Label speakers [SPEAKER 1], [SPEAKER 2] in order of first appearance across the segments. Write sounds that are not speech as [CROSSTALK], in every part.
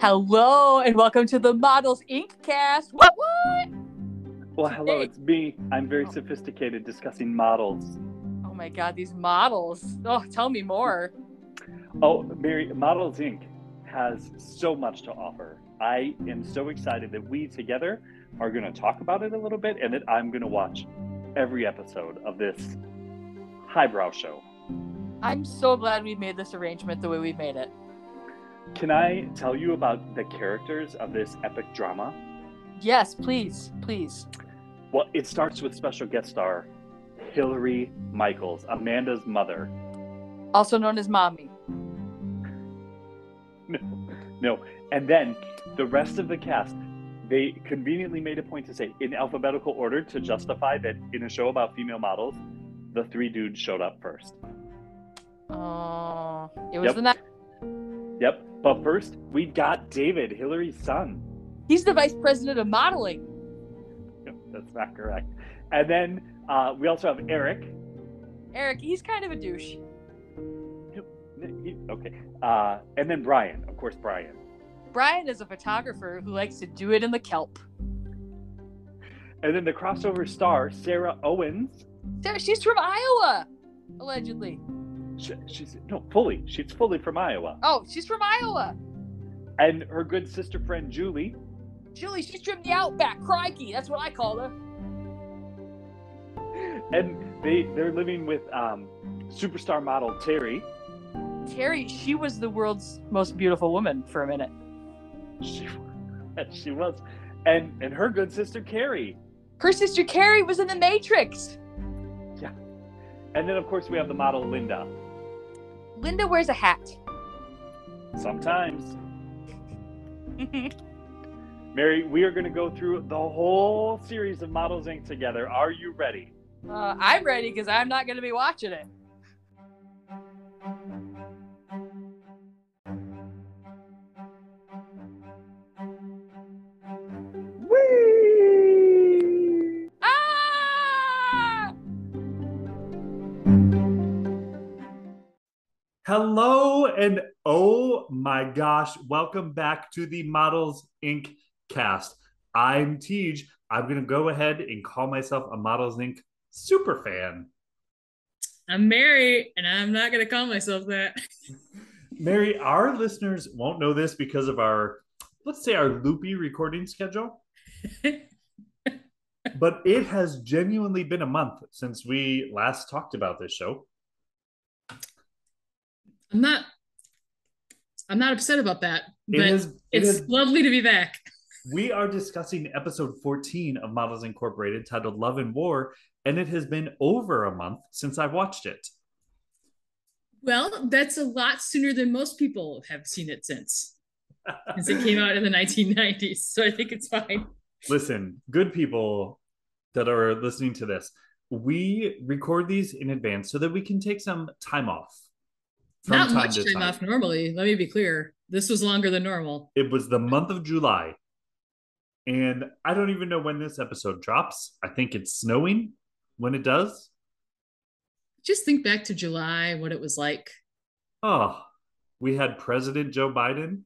[SPEAKER 1] Hello and welcome to the Models Inc. cast. What what?
[SPEAKER 2] Well, hello,
[SPEAKER 1] Hey.
[SPEAKER 2] it's me. I'm very
[SPEAKER 1] Oh.
[SPEAKER 2] sophisticated discussing models.
[SPEAKER 1] Oh my god, these models. Oh, tell me more.
[SPEAKER 2] Oh, Mary, Models Inc. has so much to offer. I am so excited that we together are going to talk about it a little bit and that I'm going to watch every episode of this highbrow show.
[SPEAKER 1] I'm so glad we made this arrangement the way we made it.
[SPEAKER 2] Can I tell you about the characters of this epic drama?
[SPEAKER 1] Yes, please, please.
[SPEAKER 2] Well, it starts with special guest star Hillary Michaels, Amanda's mother.
[SPEAKER 1] Also known as mommy.
[SPEAKER 2] No. And then the rest of the cast, they conveniently made a point to say in alphabetical order to justify that in a show about female models, the three dudes showed up first.
[SPEAKER 1] Oh, it was
[SPEAKER 2] Yep.
[SPEAKER 1] the night.
[SPEAKER 2] Yep. But first, we've got David, Hillary's son.
[SPEAKER 1] He's the vice president of modeling.
[SPEAKER 2] Yep, that's not correct. And then uh, we also have Eric.
[SPEAKER 1] Eric, he's kind of a douche.
[SPEAKER 2] He- Okay. Uh, and then Brian, of course, Brian.
[SPEAKER 1] Brian is a photographer who likes to do it in the kelp.
[SPEAKER 2] And then the crossover star, Sarah Owens.
[SPEAKER 1] Sarah, she's from Iowa, allegedly.
[SPEAKER 2] Sh she's no fully. She's fully from Iowa.
[SPEAKER 1] Oh, she's from Iowa.
[SPEAKER 2] And her good sister friend Julie,
[SPEAKER 1] Julie, she's from the outback. Crikey, that's what I call her.
[SPEAKER 2] [LAUGHS] and they they're living with um, superstar model Terry.
[SPEAKER 1] Terry, she was the world's most beautiful woman for a minute.
[SPEAKER 2] She [LAUGHS] she was, and and her good sister Carrie.
[SPEAKER 1] Her sister Carrie was in The Matrix.
[SPEAKER 2] And then of course we have the model Linda.
[SPEAKER 1] Linda wears a hat.
[SPEAKER 2] Sometimes
[SPEAKER 1] Uh,
[SPEAKER 2] Mary, we are going to go through the whole series of Models Inc. together. Are you ready?
[SPEAKER 1] Uh, I'm ready because I'm not going to be watching it. Ah!
[SPEAKER 3] Hello and oh my gosh, welcome back to the Models Inc. cast. I'm Tej. I'm going to go ahead and call myself a Models Inc. superfan.
[SPEAKER 4] I'm Mary, and I'm not gonna call myself that. [LAUGHS]
[SPEAKER 3] Mary, our listeners won't know this because of our, let's say, our loopy recording
[SPEAKER 4] [LAUGHS]
[SPEAKER 3] schedule, but it has genuinely been a month since we last talked about this show.
[SPEAKER 4] I'm not. I'm not upset about that,
[SPEAKER 3] It
[SPEAKER 4] but
[SPEAKER 3] has- it
[SPEAKER 4] it's
[SPEAKER 3] has
[SPEAKER 4] lovely to be back.
[SPEAKER 3] We are discussing episode 14 of Models Incorporated titled Love and War, and it has been over a month since I've watched it.
[SPEAKER 4] Well, that's a lot sooner than most people have seen it since, since it came out in the [LAUGHS] 1990s. So I think it's fine.
[SPEAKER 3] Listen, good people that are listening to this, we record these in advance so that we can take some time off. from
[SPEAKER 4] not
[SPEAKER 3] time
[SPEAKER 4] much
[SPEAKER 3] to
[SPEAKER 4] time, off normally. Let me be clear. This was longer than normal.
[SPEAKER 3] It was the month of July. And I don't even know when this episode drops. I think it's snowing when it does.
[SPEAKER 4] Just think back to July, what it was like.
[SPEAKER 3] Oh, we had President Joe Biden,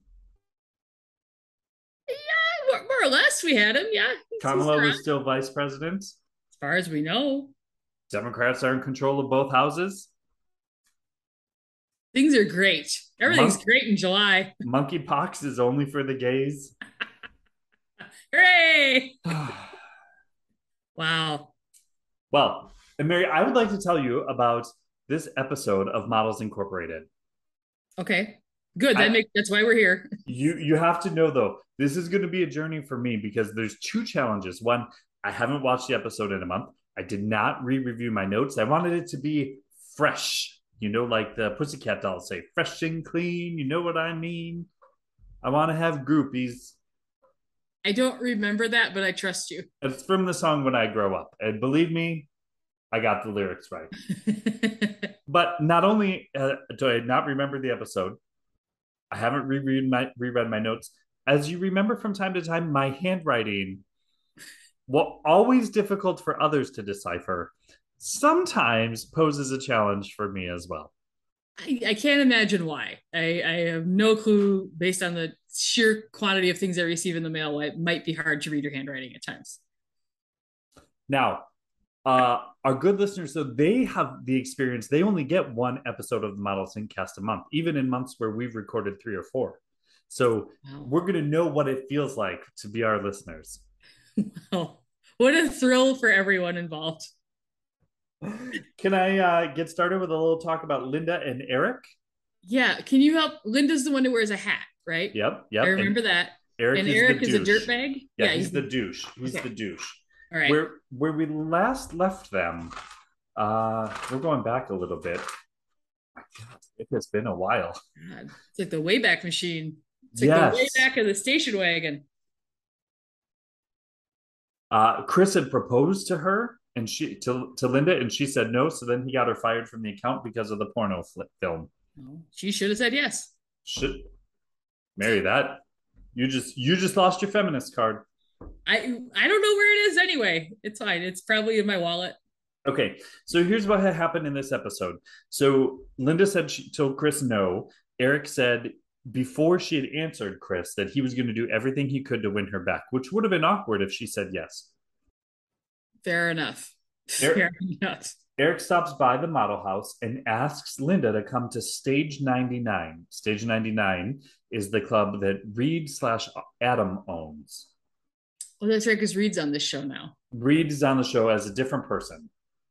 [SPEAKER 4] Yeah, Eh, more, more or less, we had him. Yeah, He's-
[SPEAKER 3] Kamala
[SPEAKER 4] he's around,
[SPEAKER 3] was still vice president.
[SPEAKER 4] as far as we know,
[SPEAKER 3] Democrats are in control of both houses.
[SPEAKER 4] things are great. Everything's
[SPEAKER 3] Month-
[SPEAKER 4] great in July.
[SPEAKER 3] Monkeypox is only for the
[SPEAKER 4] [LAUGHS]
[SPEAKER 3] gays. [SIGHS]
[SPEAKER 4] Hooray! Wow.
[SPEAKER 3] well, and Mary, I would like to tell you about this episode of Models Incorporated.
[SPEAKER 4] Okay. Good. That
[SPEAKER 3] I-
[SPEAKER 4] makes that's why we're here. [LAUGHS]
[SPEAKER 3] You you have to know though, this is going to be a journey for me because there's two challenges. One, I haven't watched the episode in a month. I did not re-review my notes. I wanted it to be fresh. You know, like the Pussycat dolls say, fresh and clean. You know what I mean? I want to have groupies.
[SPEAKER 4] I don't remember that, but I trust you. [LAUGHS]
[SPEAKER 3] It's from the song When I Grow Up. And believe me, I got the lyrics right. But not only uh, do I not remember the episode, I haven't reread my, reread my notes. As you remember from time to time, my handwriting, while always difficult for others to decipher, sometimes poses a challenge for me as well.
[SPEAKER 4] I, I can't imagine why. I, I have no clue based on the sheer quantity of things I receive in the mail why it might be hard to read your handwriting at times.
[SPEAKER 3] Now, uh, our good listeners, so they have the experience. They only get one episode of the Model Syncast a month, even in months where we've recorded three or four. So
[SPEAKER 4] Wow.
[SPEAKER 3] we're going to know what it feels like to be our listeners.
[SPEAKER 4] Wow. [LAUGHS] What a thrill for everyone involved.
[SPEAKER 3] Can I uh, get started with a little talk about Linda and Eric?
[SPEAKER 4] Yeah. Can you help? Linda's the one who wears a hat, right?
[SPEAKER 3] Yep, yep.
[SPEAKER 4] I
[SPEAKER 3] and
[SPEAKER 4] remember that.
[SPEAKER 3] Eric
[SPEAKER 4] and
[SPEAKER 3] is
[SPEAKER 4] Eric
[SPEAKER 3] the
[SPEAKER 4] is a
[SPEAKER 3] douche.
[SPEAKER 4] dirtbag.
[SPEAKER 3] Yeah, he's, the douche. He's
[SPEAKER 4] Okay.
[SPEAKER 3] the douche.
[SPEAKER 4] all right.
[SPEAKER 3] Where where we last left them, uh, we're going back a little bit. My God, it has been a while.
[SPEAKER 4] God, It's like the Wayback Machine. It's like the way
[SPEAKER 3] yes.
[SPEAKER 4] back of the station wagon.
[SPEAKER 3] uh, Chris had proposed to her and she to, to Linda and she said no. So then he got her fired from the account because of the porno fli film.
[SPEAKER 4] No, she should have said yes.
[SPEAKER 3] Should marry that. You just you just lost your feminist card.
[SPEAKER 4] I I don't know where it is anyway. It's fine. It's probably in my wallet.
[SPEAKER 3] Okay, so here's what had happened in this episode. So Linda said she told Chris no. Eric said before she had answered Chris that he was going to do everything he could to win her back, which would have been awkward if she said yes.
[SPEAKER 4] Fair enough.
[SPEAKER 3] There-
[SPEAKER 4] Fair enough.
[SPEAKER 3] Eric stops by the model house and asks Linda to come to Stage 99. Stage 99 is the club that Reed slash Adam owns.
[SPEAKER 4] Well, that's right, because Reed's on this show now.
[SPEAKER 3] Reed is on the show as a different person,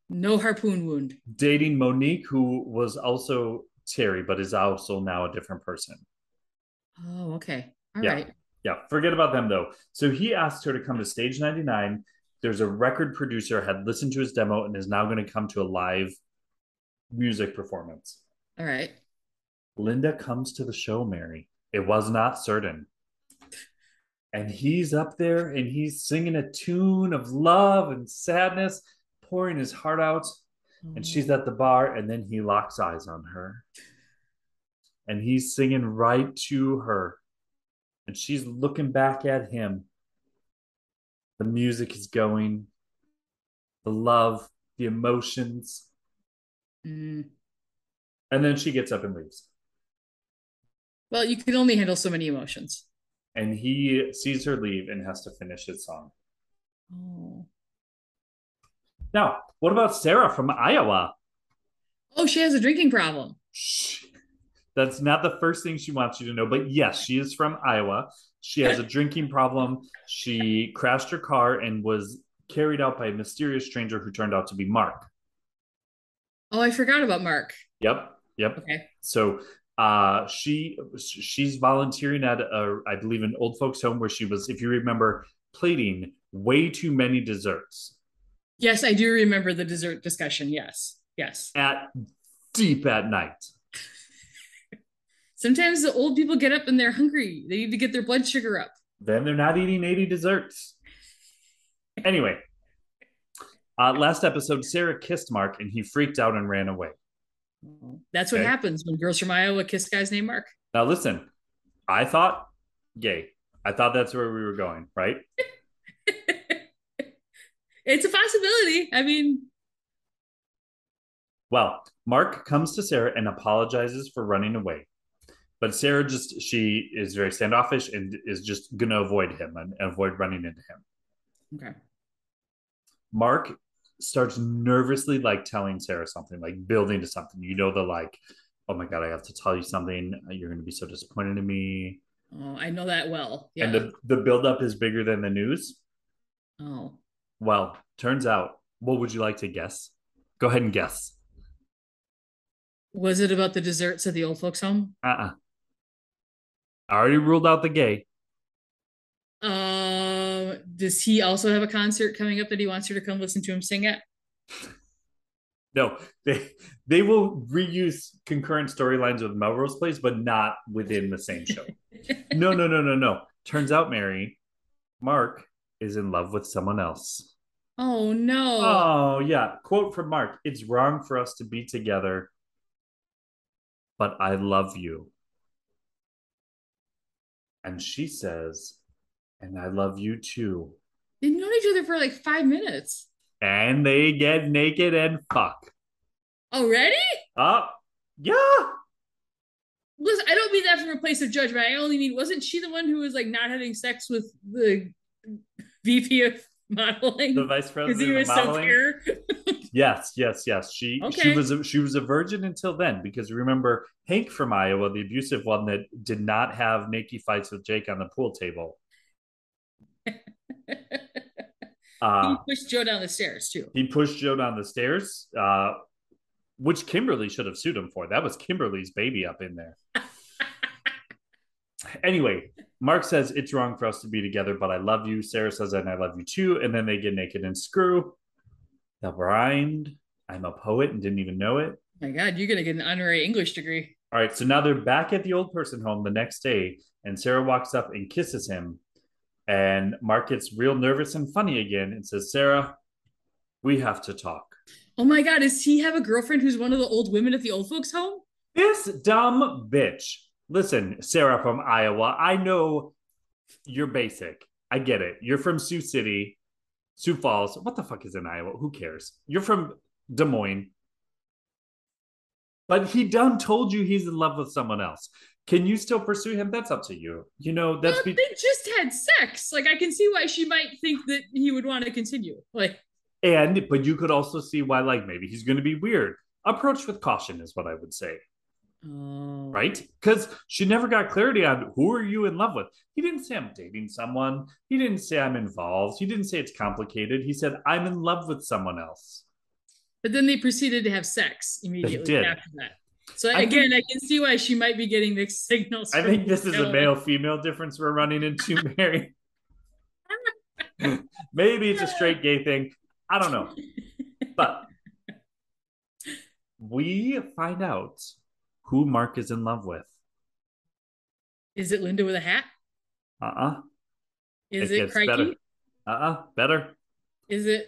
[SPEAKER 4] No harpoon wound.
[SPEAKER 3] dating Monique, who was also Terry, but is also now a different person.
[SPEAKER 4] Oh, okay. All
[SPEAKER 3] Yeah.
[SPEAKER 4] right.
[SPEAKER 3] Yeah, forget about them though. So he asked her to come to Stage 99. There's a record producer had listened to his demo and is now going to come to a live music performance.
[SPEAKER 4] All right.
[SPEAKER 3] Linda comes to the show, Mary. It was not certain. And he's up there and he's singing a tune of love and sadness, pouring his heart out. And she's at the bar, and then he locks eyes on her. And he's singing right to her. And she's looking back at him. The music is going, the love, the emotions.
[SPEAKER 4] Mm.
[SPEAKER 3] And then she gets up and leaves.
[SPEAKER 4] Well, you can only handle so many emotions.
[SPEAKER 3] and he sees her leave and has to finish his song.
[SPEAKER 4] Oh.
[SPEAKER 3] Now, what about Sarah from Iowa?
[SPEAKER 4] Oh, she has a drinking problem.
[SPEAKER 3] Shh. That's not the first thing she wants you to know, but yes, she is from Iowa. She has a drinking problem. She crashed her car and was carried out by a mysterious stranger who turned out to be Mark.
[SPEAKER 4] Oh, I forgot about Mark.
[SPEAKER 3] Yep. Yep.
[SPEAKER 4] Okay.
[SPEAKER 3] So uh she she's volunteering at a I believe an old folks home where she was if you remember plating way too many desserts
[SPEAKER 4] Yes, I do remember the dessert discussion. Yes. Yes.
[SPEAKER 3] at deep at night.
[SPEAKER 4] Sometimes the old people get up and they're hungry. They need to get their blood sugar up.
[SPEAKER 3] then they're not eating 80 desserts. Anyway, uh, last episode, Sarah kissed Mark and he freaked out and ran away.
[SPEAKER 4] That's what
[SPEAKER 3] Okay.
[SPEAKER 4] happens when girls from Iowa kiss guys named Mark. [LAUGHS]
[SPEAKER 3] Now, listen, I thought gay. I thought that's where we were going, right?
[SPEAKER 4] it's a possibility. I mean,
[SPEAKER 3] Well, Mark comes to Sarah and apologizes for running away. But Sarah just, she is very standoffish and is just going to avoid him and avoid running into him.
[SPEAKER 4] okay.
[SPEAKER 3] Mark starts nervously like telling Sarah something, like building to something. You know, the like, oh my God, I have to tell you something. You're going to be so disappointed in me.
[SPEAKER 4] Oh, I know that well. Yeah.
[SPEAKER 3] And the, the buildup is bigger than the news.
[SPEAKER 4] oh,
[SPEAKER 3] Well, turns out, what would you like to guess? Go ahead and guess.
[SPEAKER 4] was it about the desserts at the old folks' home?
[SPEAKER 3] Uh uh I already ruled out the gay.
[SPEAKER 4] Um, does he also have a concert coming up that he wants her to come listen to him sing at? [LAUGHS]
[SPEAKER 3] No, they they will reuse concurrent storylines with Melrose Place, but not within the same show. no, no, no, no, no. Turns out, Mary, Mark is in love with someone else.
[SPEAKER 4] Oh no.
[SPEAKER 3] Oh, yeah. Quote from Mark It's wrong for us to be together, but I love you. And she says, and I love you too.
[SPEAKER 4] They've known each other for like five minutes.
[SPEAKER 3] And they get naked and fuck.
[SPEAKER 4] Already?
[SPEAKER 3] Up. Yeah.
[SPEAKER 4] listen, I don't mean that from a place of judgment. I only mean, wasn't she the one who was like not having sex with the VP of modeling?
[SPEAKER 3] The vice
[SPEAKER 4] Because he
[SPEAKER 3] president
[SPEAKER 4] was
[SPEAKER 3] of
[SPEAKER 4] so
[SPEAKER 3] modeling.
[SPEAKER 4] pure. [LAUGHS]
[SPEAKER 3] yes, yes, yes. She she
[SPEAKER 4] Okay.
[SPEAKER 3] was a, she was a virgin until then because remember Hank from Iowa, the abusive one that did not have naked fights with Jake on the pool table. Uh,
[SPEAKER 4] he
[SPEAKER 3] Ah.
[SPEAKER 4] pushed Joe down the stairs too.
[SPEAKER 3] he pushed Joe down the stairs, uh, which Kimberly should have sued him for. That was Kimberly's baby up in there. anyway, Mark says it's wrong for us to be together, but I love you. Sarah says, and I love you too. And then they get naked and screw. The rhymed. I'm a poet and didn't even know it.
[SPEAKER 4] my God, you're gonna get an honorary English degree.
[SPEAKER 3] All right, so now they're back at the old person home the next day, and Sarah walks up and kisses him. And Mark gets real nervous and funny again and says, Sarah, we have to talk.
[SPEAKER 4] Oh my God, does he have a girlfriend who's one of the old women at the old folks' home?
[SPEAKER 3] This dumb bitch. Listen, Sarah from Iowa, I know you're basic. I get it. You're from Sioux City, Sioux Falls. What the fuck is in Iowa? Who cares? You're from Des Moines. But he done told you he's in love with someone else. Can you still pursue him? That's up to you. You know, that's
[SPEAKER 4] well,
[SPEAKER 3] be-
[SPEAKER 4] they just had sex. Like I can see why she might think that he would want to continue. Like
[SPEAKER 3] and but you could also see why, like maybe he's gonna be weird. Approach with caution is what I would say.
[SPEAKER 4] oh.
[SPEAKER 3] right? Because she never got clarity on who are you in love with. He didn't say I'm dating someone. He didn't say I'm involved. He didn't say it's complicated. He said I'm in love with someone else.
[SPEAKER 4] But then they proceeded to have sex immediately
[SPEAKER 3] did.
[SPEAKER 4] after that. So
[SPEAKER 3] I
[SPEAKER 4] again, I can see why she might be getting mixed [LAUGHS] signals.
[SPEAKER 3] I
[SPEAKER 4] from
[SPEAKER 3] think this is a
[SPEAKER 4] Joe.
[SPEAKER 3] male female difference we're running
[SPEAKER 4] [LAUGHS]
[SPEAKER 3] into, Mary. [LAUGHS] Maybe it's a straight gay thing. I don't know.
[SPEAKER 4] [LAUGHS]
[SPEAKER 3] But we find out who Mark is in love with.
[SPEAKER 4] Is it Linda with a hat?
[SPEAKER 3] Uh uh
[SPEAKER 4] Is it, Crikey?
[SPEAKER 3] better. Uh uh Better.
[SPEAKER 4] Is it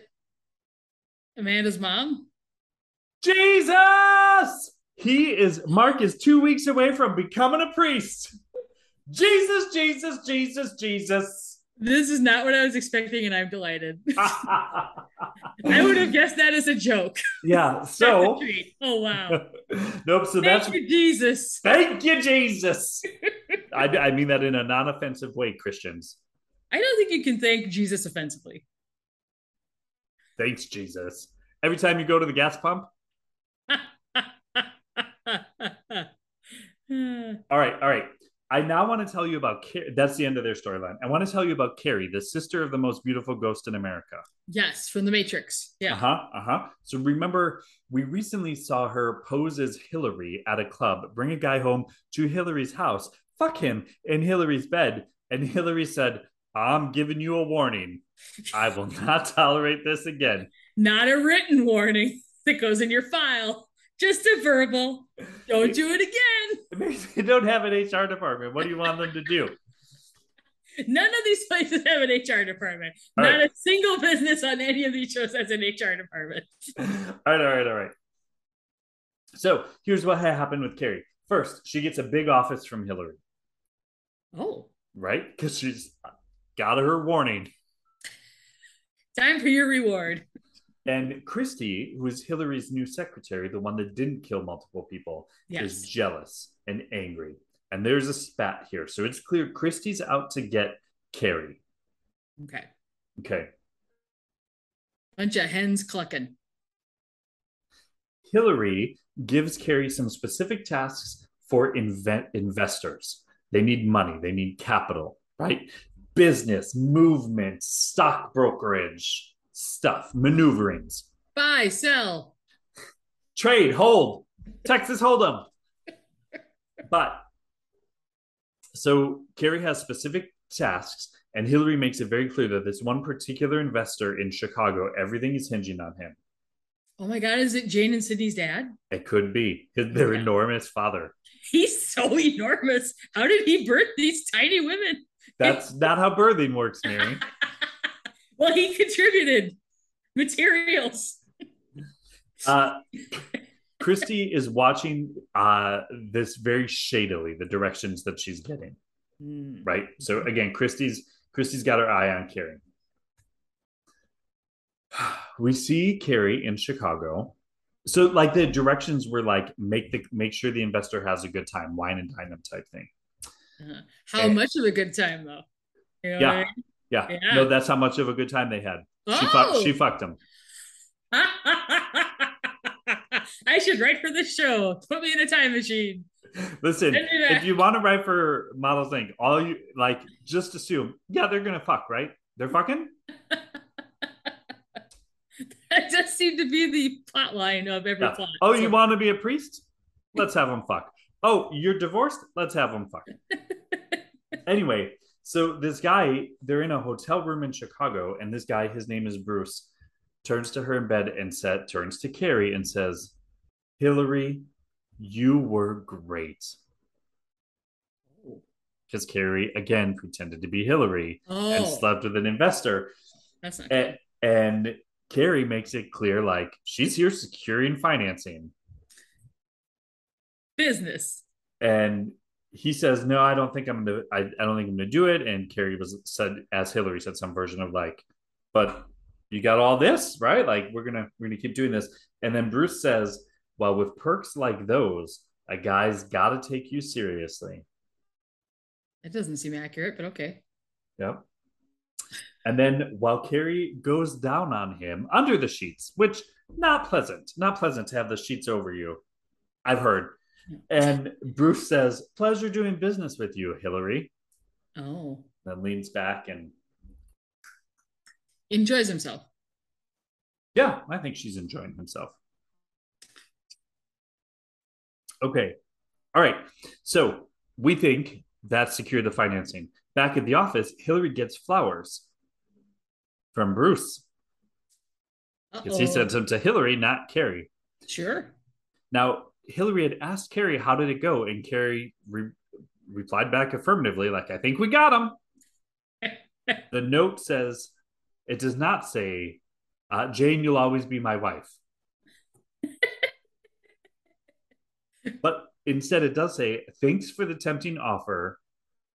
[SPEAKER 4] Amanda's mom?
[SPEAKER 3] Jesus! He is, Mark is two weeks away from becoming a priest. Jesus, Jesus, Jesus, Jesus.
[SPEAKER 4] This is not what I was expecting, and I'm delighted. [LAUGHS] I would have guessed that as a joke.
[SPEAKER 3] [LAUGHS] yeah,
[SPEAKER 4] [LAUGHS]
[SPEAKER 3] so, [LAUGHS]
[SPEAKER 4] oh wow!
[SPEAKER 3] nope, so
[SPEAKER 4] Thank
[SPEAKER 3] that's,
[SPEAKER 4] you, Jesus.
[SPEAKER 3] thank you, Jesus. I, I mean that in a non offensive way, Christians.
[SPEAKER 4] I don't think you can thank Jesus offensively. [LAUGHS]
[SPEAKER 3] Thanks, Jesus. Every time you go to the gas pump, All right, all right. I now want to tell you about Carrie. That's the end of their storyline. I want to tell you about Carrie, the sister of the most beautiful ghost in America.
[SPEAKER 4] yes, from the Matrix.
[SPEAKER 3] Uh
[SPEAKER 4] Yeah.
[SPEAKER 3] huh. Uh huh. So remember, we recently saw her pose as Hillary at a club, bring a guy home to Hillary's house, fuck him in Hillary's bed. And Hillary said, I'm giving you a warning. I will [LAUGHS] not tolerate this again.
[SPEAKER 4] Not a written warning [LAUGHS] that goes in your file, just a verbal. Don't do it again.
[SPEAKER 3] They don't have an HR department. What do you want them to do? [LAUGHS]
[SPEAKER 4] None of these places have an HR department.
[SPEAKER 3] All
[SPEAKER 4] Not
[SPEAKER 3] right.
[SPEAKER 4] a single business on any of these shows has an HR department.
[SPEAKER 3] all right, all right, all right. So here's what ha- happened with Carrie. First, she gets a big office from Hillary,
[SPEAKER 4] Oh,
[SPEAKER 3] right? Because she's got her warning.
[SPEAKER 4] time for your reward.
[SPEAKER 3] And Christy, who is Hillary's new secretary, the one that didn't kill multiple people, is
[SPEAKER 4] Yes.
[SPEAKER 3] jealous and angry. And there's a spat here. So it's clear Christy's out to get Carrie.
[SPEAKER 4] Okay.
[SPEAKER 3] Okay.
[SPEAKER 4] Bunch of hens clucking.
[SPEAKER 3] Hillary gives Carrie some specific tasks for invent investors. They need money, they need capital, right? Business, movement, stock brokerage, stuff, maneuverings,
[SPEAKER 4] Buy, sell.
[SPEAKER 3] trade, hold, Texas Hold'em. But so Kerry has specific tasks, and Hillary makes it very clear that this one particular investor in Chicago, everything is hinging on him.
[SPEAKER 4] Oh my God, is it Jane and Sydney's dad?
[SPEAKER 3] It could be his their
[SPEAKER 4] Yeah.
[SPEAKER 3] enormous father.
[SPEAKER 4] He's so enormous. How did he birth these tiny women? [LAUGHS]
[SPEAKER 3] That's not how birthing works, Mary.
[SPEAKER 4] well, he contributed materials.
[SPEAKER 3] Uh, Christy is watching uh, this very shadily, the directions that she's getting. right? So again, Christie's Christie's got her eye on Carrie. [SIGHS] We see Carrie in Chicago So like the directions were like make the make sure the investor has a good time, wine and dine them type thing.
[SPEAKER 4] Uh, how much of a good time though? You know what I
[SPEAKER 3] Yeah.
[SPEAKER 4] mean?
[SPEAKER 3] Yeah.
[SPEAKER 4] Yeah.
[SPEAKER 3] No, that's how much of a good time they had. She
[SPEAKER 4] Oh!
[SPEAKER 3] fucked she fucked him.
[SPEAKER 4] Oh! [LAUGHS] I should write for this show. Put me in a time machine.
[SPEAKER 3] [LAUGHS]
[SPEAKER 4] [LAUGHS]
[SPEAKER 3] Listen,
[SPEAKER 4] Send me that.
[SPEAKER 3] if you want to write for Models Inc., all you like just assume, yeah, they're gonna fuck, right? They're fucking?
[SPEAKER 4] That does seem to be the plot line of every
[SPEAKER 3] Yeah.
[SPEAKER 4] plot.
[SPEAKER 3] Oh, you
[SPEAKER 4] So-
[SPEAKER 3] want to be a priest? Let's have them fuck. Oh, you're divorced? Let's have them fuck. anyway, so this guy, they're in a hotel room in Chicago, and this guy, his name is Bruce, turns to her in bed and said, turns to Carrie and says, Hillary, you were great. Because Carrie, again, pretended to be Hillary and
[SPEAKER 4] [LAUGHS] Oh,
[SPEAKER 3] slept with an investor
[SPEAKER 4] that's not
[SPEAKER 3] and,
[SPEAKER 4] good.
[SPEAKER 3] and Carrie makes it clear like she's here securing financing.
[SPEAKER 4] business.
[SPEAKER 3] And he says, No, I don't think I'm gonna I, I don't think I'm gonna do it. And Carrie was said as Hillary said some version of like, but you got all this, right? Like we're gonna we're gonna keep doing this. And then Bruce says, Well, with perks like those, a guy's gotta take you seriously.
[SPEAKER 4] That doesn't seem accurate, but okay.
[SPEAKER 3] Yep. And then while Carrie goes down on him under the sheets, which not pleasant, not pleasant to have the sheets over you. I've heard. And Bruce says, Pleasure doing business with you, Hillary.
[SPEAKER 4] Oh,
[SPEAKER 3] Then leans back and
[SPEAKER 4] enjoys himself.
[SPEAKER 3] yeah, I think she's enjoying himself. Okay. All right. So we think that secured the financing. Back at the office, Hillary gets flowers from Bruce. Because he
[SPEAKER 4] Uh-oh.
[SPEAKER 3] sent them to Hillary, not Carrie.
[SPEAKER 4] sure.
[SPEAKER 3] Now, Hillary had asked Carrie, how did it go? And Carrie re- replied back affirmatively, like, I think we got him. the note says, it does not say, uh, Jane, you'll always be my wife. but instead, it does say, thanks for the tempting offer.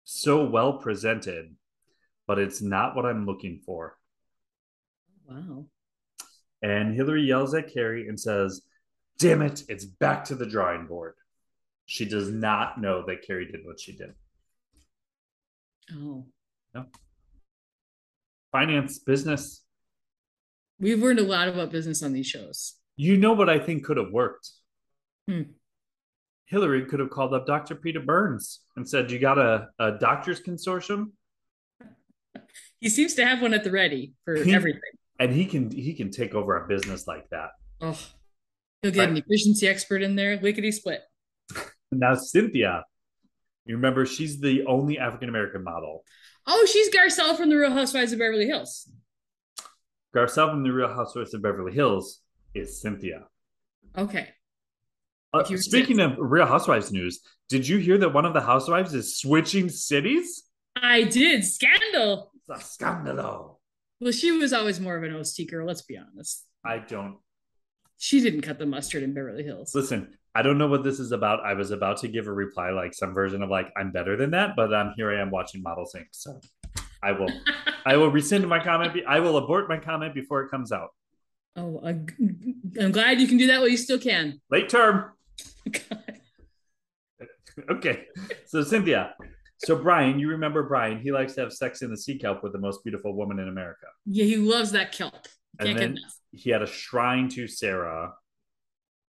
[SPEAKER 3] So well presented, but it's not what I'm looking for.
[SPEAKER 4] Wow.
[SPEAKER 3] And Hillary yells at Carrie and says, Damn it, it's back to the drawing board. She does not know that Carrie did what she did.
[SPEAKER 4] Oh,
[SPEAKER 3] Finance, business.
[SPEAKER 4] we've learned a lot about business on these shows.
[SPEAKER 3] You know what I think could have worked?
[SPEAKER 4] Hmm.
[SPEAKER 3] Hillary could have called up Dr. Peter Burns and said, You got a, a doctor's consortium?
[SPEAKER 4] He seems to have one at the ready
[SPEAKER 3] [LAUGHS]
[SPEAKER 4] for
[SPEAKER 3] He-
[SPEAKER 4] everything.
[SPEAKER 3] And he can he can take over a business like that.
[SPEAKER 4] Oh, he'll get an efficiency expert in there. Lickety split.
[SPEAKER 3] Now Cynthia, you remember she's the only African American model.
[SPEAKER 4] Oh, she's Garcelle from the Real Housewives of Beverly Hills.
[SPEAKER 3] Garcelle from the Real Housewives of Beverly Hills is Cynthia.
[SPEAKER 4] Okay.
[SPEAKER 3] Uh,
[SPEAKER 4] If you-
[SPEAKER 3] speaking of Real Housewives news, did you hear that one of the housewives is switching cities?
[SPEAKER 4] I did. Scandal.
[SPEAKER 3] It's a scandalo.
[SPEAKER 4] Well, she was always more of an OC girl, let's be honest.
[SPEAKER 3] I don't
[SPEAKER 4] She didn't cut the mustard in Beverly Hills.
[SPEAKER 3] listen. I don't know what this is about. I was about to give a reply, like some version of like I'm better than that, but um, here I am watching Model Sync, so I will, I will rescind my comment. Be- I will abort my comment before it comes out.
[SPEAKER 4] [LAUGHS] oh, I'm I'm glad you can do that while you still can. [LAUGHS]
[SPEAKER 3] Late term. [LAUGHS]
[SPEAKER 4] God.
[SPEAKER 3] Okay, so Cynthia, so Brian, you remember Brian? He likes to have sex in the sea kelp with the most beautiful woman in America.
[SPEAKER 4] Yeah, he loves that kelp.
[SPEAKER 3] And
[SPEAKER 4] Can't get
[SPEAKER 3] then-
[SPEAKER 4] enough.
[SPEAKER 3] He had a shrine to Sarah.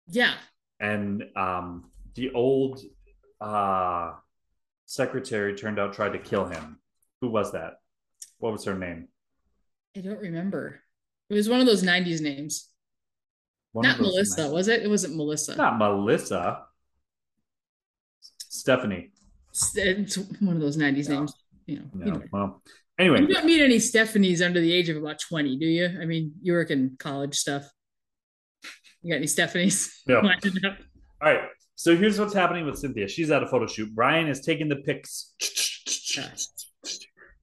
[SPEAKER 4] Yeah.
[SPEAKER 3] and um, the old uh, secretary turned out tried to kill him. Who was that? What was her name?
[SPEAKER 4] I don't remember. It was one of those 90s names.
[SPEAKER 3] One of
[SPEAKER 4] Not
[SPEAKER 3] those
[SPEAKER 4] Melissa,
[SPEAKER 3] nice-
[SPEAKER 4] was it? It wasn't Melissa.
[SPEAKER 3] Not Melissa. Stephanie.
[SPEAKER 4] It's- It's one of those 90s names. You know,
[SPEAKER 3] No.
[SPEAKER 4] you know.
[SPEAKER 3] Well, anyway,
[SPEAKER 4] You don't meet any Stephanies under the age of about 20, do you? I mean, you work in college stuff. You got any Stephanies? [LAUGHS]
[SPEAKER 3] no. All
[SPEAKER 4] Lined up?
[SPEAKER 3] right. So here's what's happening with Cynthia. She's at a photo shoot. Brian is taking the pics.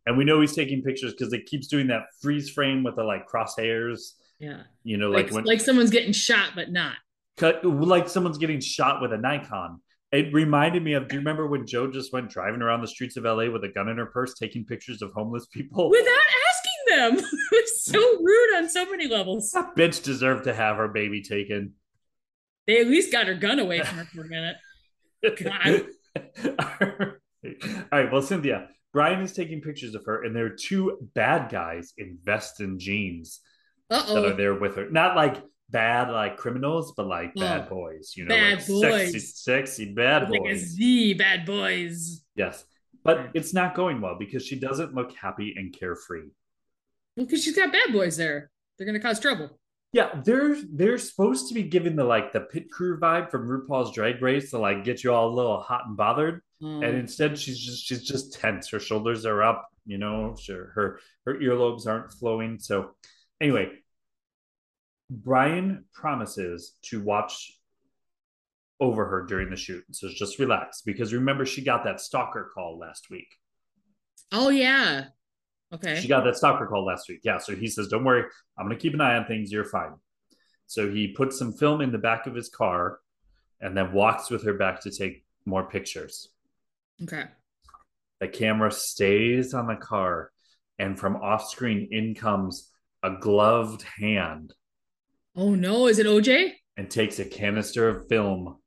[SPEAKER 3] And we know he's taking pictures because it keeps doing that freeze frame with the like crosshairs,
[SPEAKER 4] Yeah.
[SPEAKER 3] you know,
[SPEAKER 4] Like,
[SPEAKER 3] like,
[SPEAKER 4] like,
[SPEAKER 3] when
[SPEAKER 4] someone's getting shot, but not.
[SPEAKER 3] cut like someone's getting shot with a Nikon. It reminded me of. Do you remember when Joe just went driving around the streets of LA with a gun in her purse, taking pictures of homeless people?
[SPEAKER 4] Without asking them. [LAUGHS] it was so rude on so many levels.
[SPEAKER 3] [LAUGHS] That bitch deserved to have her baby taken.
[SPEAKER 4] They at least got her gun away from her for a minute. God.
[SPEAKER 3] [LAUGHS] All right. Well, Cynthia, Brian is taking pictures of her, and there are two bad guys in vest and jeans [LAUGHS]
[SPEAKER 4] Uh
[SPEAKER 3] that are
[SPEAKER 4] oh.
[SPEAKER 3] there with her. Not like bad, like criminals, but like bad boys. You know,
[SPEAKER 4] Oh. Bad
[SPEAKER 3] like sexy,
[SPEAKER 4] boys.
[SPEAKER 3] sexy bad
[SPEAKER 4] Like a
[SPEAKER 3] boys.
[SPEAKER 4] Z, bad boys.
[SPEAKER 3] Yes. But it's not going well because she doesn't look happy and carefree.
[SPEAKER 4] Well, because she's got bad boys there. They're gonna cause trouble.
[SPEAKER 3] Yeah, they're they're supposed to be giving the like the pit crew vibe from RuPaul's Drag Race to like get you all a little hot and bothered,
[SPEAKER 4] Um,
[SPEAKER 3] and instead she's just she's just tense. Her shoulders are up, you know. Her her, her earlobes aren't flowing. So anyway, Brian promises to watch over her during the shoot. So just relax because remember she got that stalker call last week.
[SPEAKER 4] oh yeah. Okay.
[SPEAKER 3] She got that stalker call last week. Yeah. So he says, Don't worry. I'm going to keep an eye on things. You're fine. So he puts some film in the back of his car and then walks with her back to take more pictures.
[SPEAKER 4] okay.
[SPEAKER 3] The camera stays on the car. And from off screen, in comes a gloved hand
[SPEAKER 4] Oh no, is it OJ?
[SPEAKER 3] and takes a canister of film.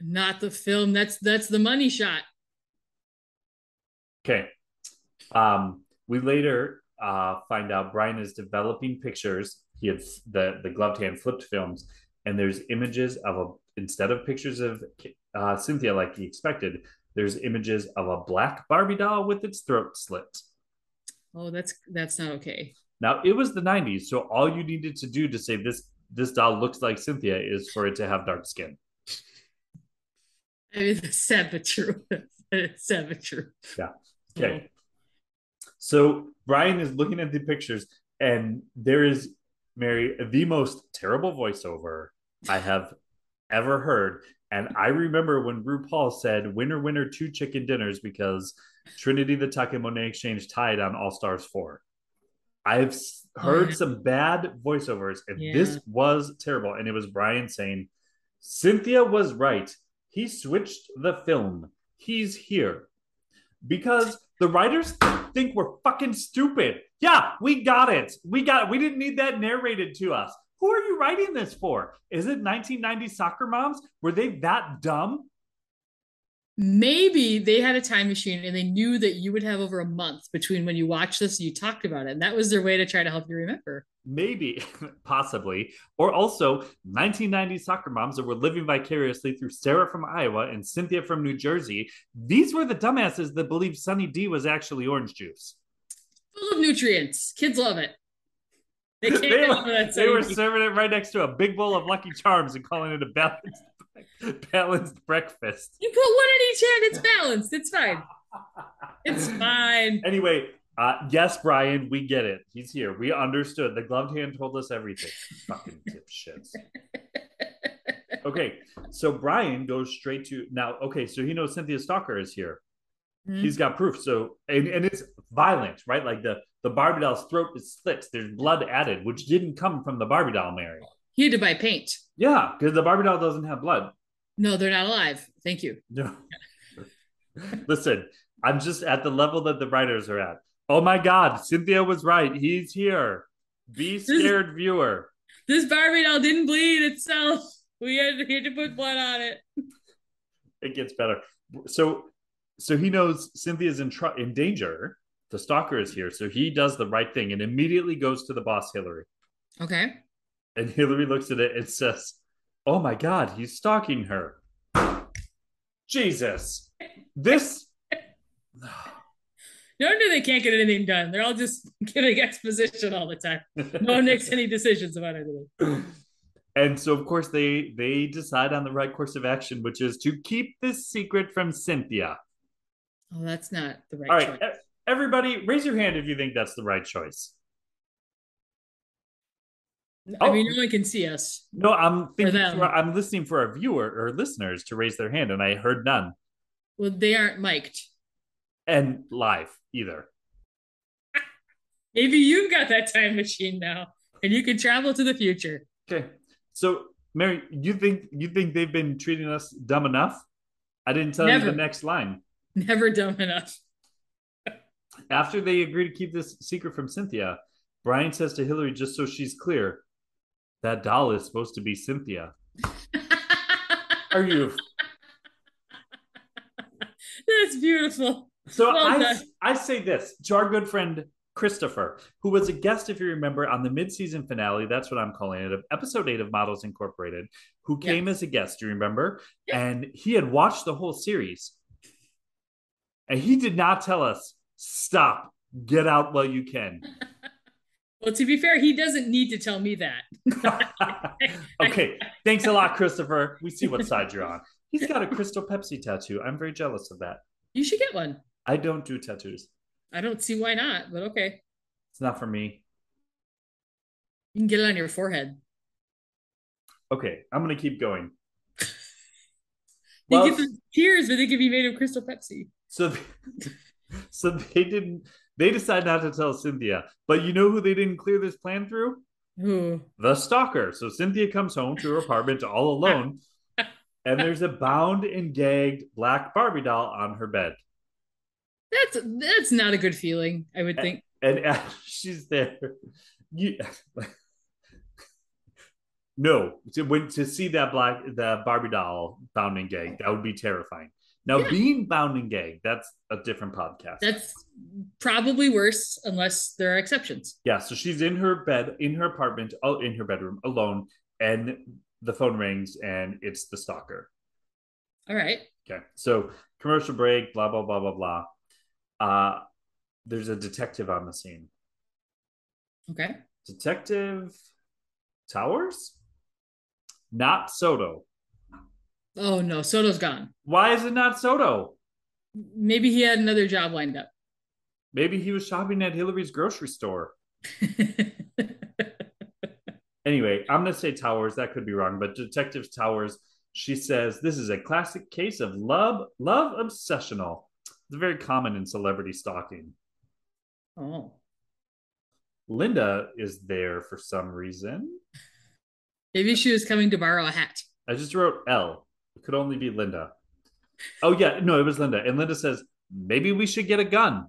[SPEAKER 4] Not the film. That's that's the money shot.
[SPEAKER 3] Okay. Um, we later uh, find out Brian is developing pictures. He had f- the the gloved hand flipped films, and there's images of a instead of pictures of uh, Cynthia like he expected. There's images of a black Barbie doll with its throat slit.
[SPEAKER 4] Oh, that's that's not okay.
[SPEAKER 3] Now it was the '90s, so all you needed to do to say this this doll looks like Cynthia is for it to have dark skin.
[SPEAKER 4] I mean, [LAUGHS] that's sad but true. [LAUGHS] It's sad but true.
[SPEAKER 3] Yeah. Okay. So Brian is looking at the pictures, and there is Mary the most terrible voiceover I have ever heard. And I remember when RuPaul said "winner, winner, two chicken dinners" because Trinity the Tuck and Monet Exchange tied on All Stars four. I've s-
[SPEAKER 4] Oh,
[SPEAKER 3] heard
[SPEAKER 4] yeah.
[SPEAKER 3] some bad voiceovers, and
[SPEAKER 4] Yeah.
[SPEAKER 3] this was terrible. And it was Brian saying, "Cynthia was right. He switched the film. He's here." because the writers think we're fucking stupid. Yeah, we got it. We got it. We didn't need that narrated to us. Who are you writing this for? Is it 1990 soccer moms? Were they that dumb?
[SPEAKER 4] Maybe they had a time machine and they knew that you would have over a month between when you watched this and you talked about it. And that was their way to try to help you remember.
[SPEAKER 3] Maybe, [LAUGHS] possibly, or also 1990 soccer moms that were living vicariously through Sarah from Iowa and Cynthia from New Jersey. These were the dumbasses that believed Sunny D was actually orange juice.
[SPEAKER 4] Full of nutrients. Kids love it. They
[SPEAKER 3] [LAUGHS]
[SPEAKER 4] can't
[SPEAKER 3] They
[SPEAKER 4] get
[SPEAKER 3] were-
[SPEAKER 4] over that.
[SPEAKER 3] they were
[SPEAKER 4] sweet.
[SPEAKER 3] serving it right next to a big bowl of Lucky Charms and calling it a balanced, [LAUGHS] balanced breakfast.
[SPEAKER 4] you put one in each hand, it's balanced. It's fine.
[SPEAKER 3] [LAUGHS]
[SPEAKER 4] It's fine.
[SPEAKER 3] Anyway, uh, yes, Brian, we get it. He's here. We understood. The gloved hand told us everything. Fucking dipshits. Okay, so Brian goes straight to now. Okay, so he knows Cynthia Stalker is here.
[SPEAKER 4] Mm-hmm.
[SPEAKER 3] He's got proof. So and and it's violent, right? Like the the Barbie doll's throat is slit. There's blood added, which didn't come from the Barbie doll, Mary.
[SPEAKER 4] He had to buy paint.
[SPEAKER 3] Yeah, because the Barbie doll doesn't have blood.
[SPEAKER 4] No, they're not alive. Thank you.
[SPEAKER 3] No. Listen, I'm just at the level that the writers are at. Oh my God, Cynthia was right. He's here. Be scared, viewer.
[SPEAKER 4] This Barbie doll didn't bleed itself. We had, we had to put blood on it.
[SPEAKER 3] It gets better. So, so he knows Cynthia's in tr- in danger. The stalker is here, so he does the right thing and immediately goes to the boss, Hillary.
[SPEAKER 4] Okay.
[SPEAKER 3] And Hillary looks at it and says, "Oh my God, he's stalking her." Jesus, this.
[SPEAKER 4] No wonder they can't get anything done. They're all just [LAUGHS] giving exposition all the time. No one makes any decisions about anything.
[SPEAKER 3] and so of course they they decide on the right course of action which is to keep this secret from cynthia
[SPEAKER 4] Oh, that's not the right,
[SPEAKER 3] all right
[SPEAKER 4] choice.
[SPEAKER 3] e- everybody raise your hand if you think that's the right choice
[SPEAKER 4] I
[SPEAKER 3] oh.
[SPEAKER 4] mean, no one can see us.
[SPEAKER 3] no i'm thinking
[SPEAKER 4] them.
[SPEAKER 3] for- i'm listening for our viewer or listeners to raise their hand and i heard none
[SPEAKER 4] Well, they aren't mic'd.
[SPEAKER 3] and live either
[SPEAKER 4] Maybe you've got that time machine now, and you can travel to the future.
[SPEAKER 3] okay so mary you think you think they've been treating us dumb enough i didn't tell you
[SPEAKER 4] Never.
[SPEAKER 3] the next line
[SPEAKER 4] Never dumb enough. [LAUGHS]
[SPEAKER 3] After they agree to keep this secret from Cynthia, Brian says to Hillary, just so she's clear, that doll is supposed to be Cynthia. Are you?
[SPEAKER 4] That's beautiful.
[SPEAKER 3] So
[SPEAKER 4] Well
[SPEAKER 3] I,
[SPEAKER 4] done.
[SPEAKER 3] I say this to our good friend Christopher, who was a guest, if you remember, on the mid-season finale. That's what I'm calling it of episode eight of Models Incorporated. Who
[SPEAKER 4] Yeah.
[SPEAKER 3] came as a guest? Do you remember?
[SPEAKER 4] Yeah.
[SPEAKER 3] And he had watched the whole series, and he did not tell us stop, get out while you can. [LAUGHS]
[SPEAKER 4] Well, to be fair, he doesn't need to tell me that.
[SPEAKER 3] okay, thanks a lot, Christopher. We see what side you're on. He's got a crystal Pepsi tattoo. I'm very jealous of that.
[SPEAKER 4] You should get one.
[SPEAKER 3] I don't do tattoos.
[SPEAKER 4] I don't see why not, but okay.
[SPEAKER 3] It's not for me.
[SPEAKER 4] You can get it on your forehead.
[SPEAKER 3] Okay, I'm gonna keep going.
[SPEAKER 4] They
[SPEAKER 3] Well,
[SPEAKER 4] give them tears, but they could be made of crystal Pepsi.
[SPEAKER 3] so, [LAUGHS] so they didn't. They decided not to tell Cynthia, but you know who they didn't clear this plan through?
[SPEAKER 4] Ooh.
[SPEAKER 3] The stalker. So Cynthia comes home to her apartment all alone, and there's a bound and gagged black Barbie doll on her bed.
[SPEAKER 4] That's that's not a good feeling, I
[SPEAKER 3] Eh.
[SPEAKER 4] would think.
[SPEAKER 3] and [LAUGHS] as she's there you [LAUGHS] no to, when to see that black the barbie doll bound and gagged that would be terrifying now
[SPEAKER 4] Yeah.
[SPEAKER 3] being bound and gagged that's a different podcast
[SPEAKER 4] That's probably worse unless there are exceptions.
[SPEAKER 3] yeah so she's in her bed in her apartment oh, in her bedroom alone and the phone rings and it's the stalker
[SPEAKER 4] All right.
[SPEAKER 3] okay so commercial break blah blah blah blah blah uh there's a detective on the scene
[SPEAKER 4] Okay.
[SPEAKER 3] Detective Towers? Not Soto.
[SPEAKER 4] Oh no, Soto's gone.
[SPEAKER 3] Why is it not Soto?
[SPEAKER 4] Maybe he had another job lined up. [LAUGHS]
[SPEAKER 3] Maybe he was shopping at Hillary's grocery store. Anyway, I'm going to say Towers. That could be wrong, but Detective Towers, she says this is a classic case of love, love obsessional. It's very common in celebrity stalking.
[SPEAKER 4] oh.
[SPEAKER 3] Linda is there for some reason.
[SPEAKER 4] Maybe she was coming to borrow a hat.
[SPEAKER 3] I just wrote L. It could only be Linda. Oh yeah, no, it was Linda. And Linda says maybe we should get a gun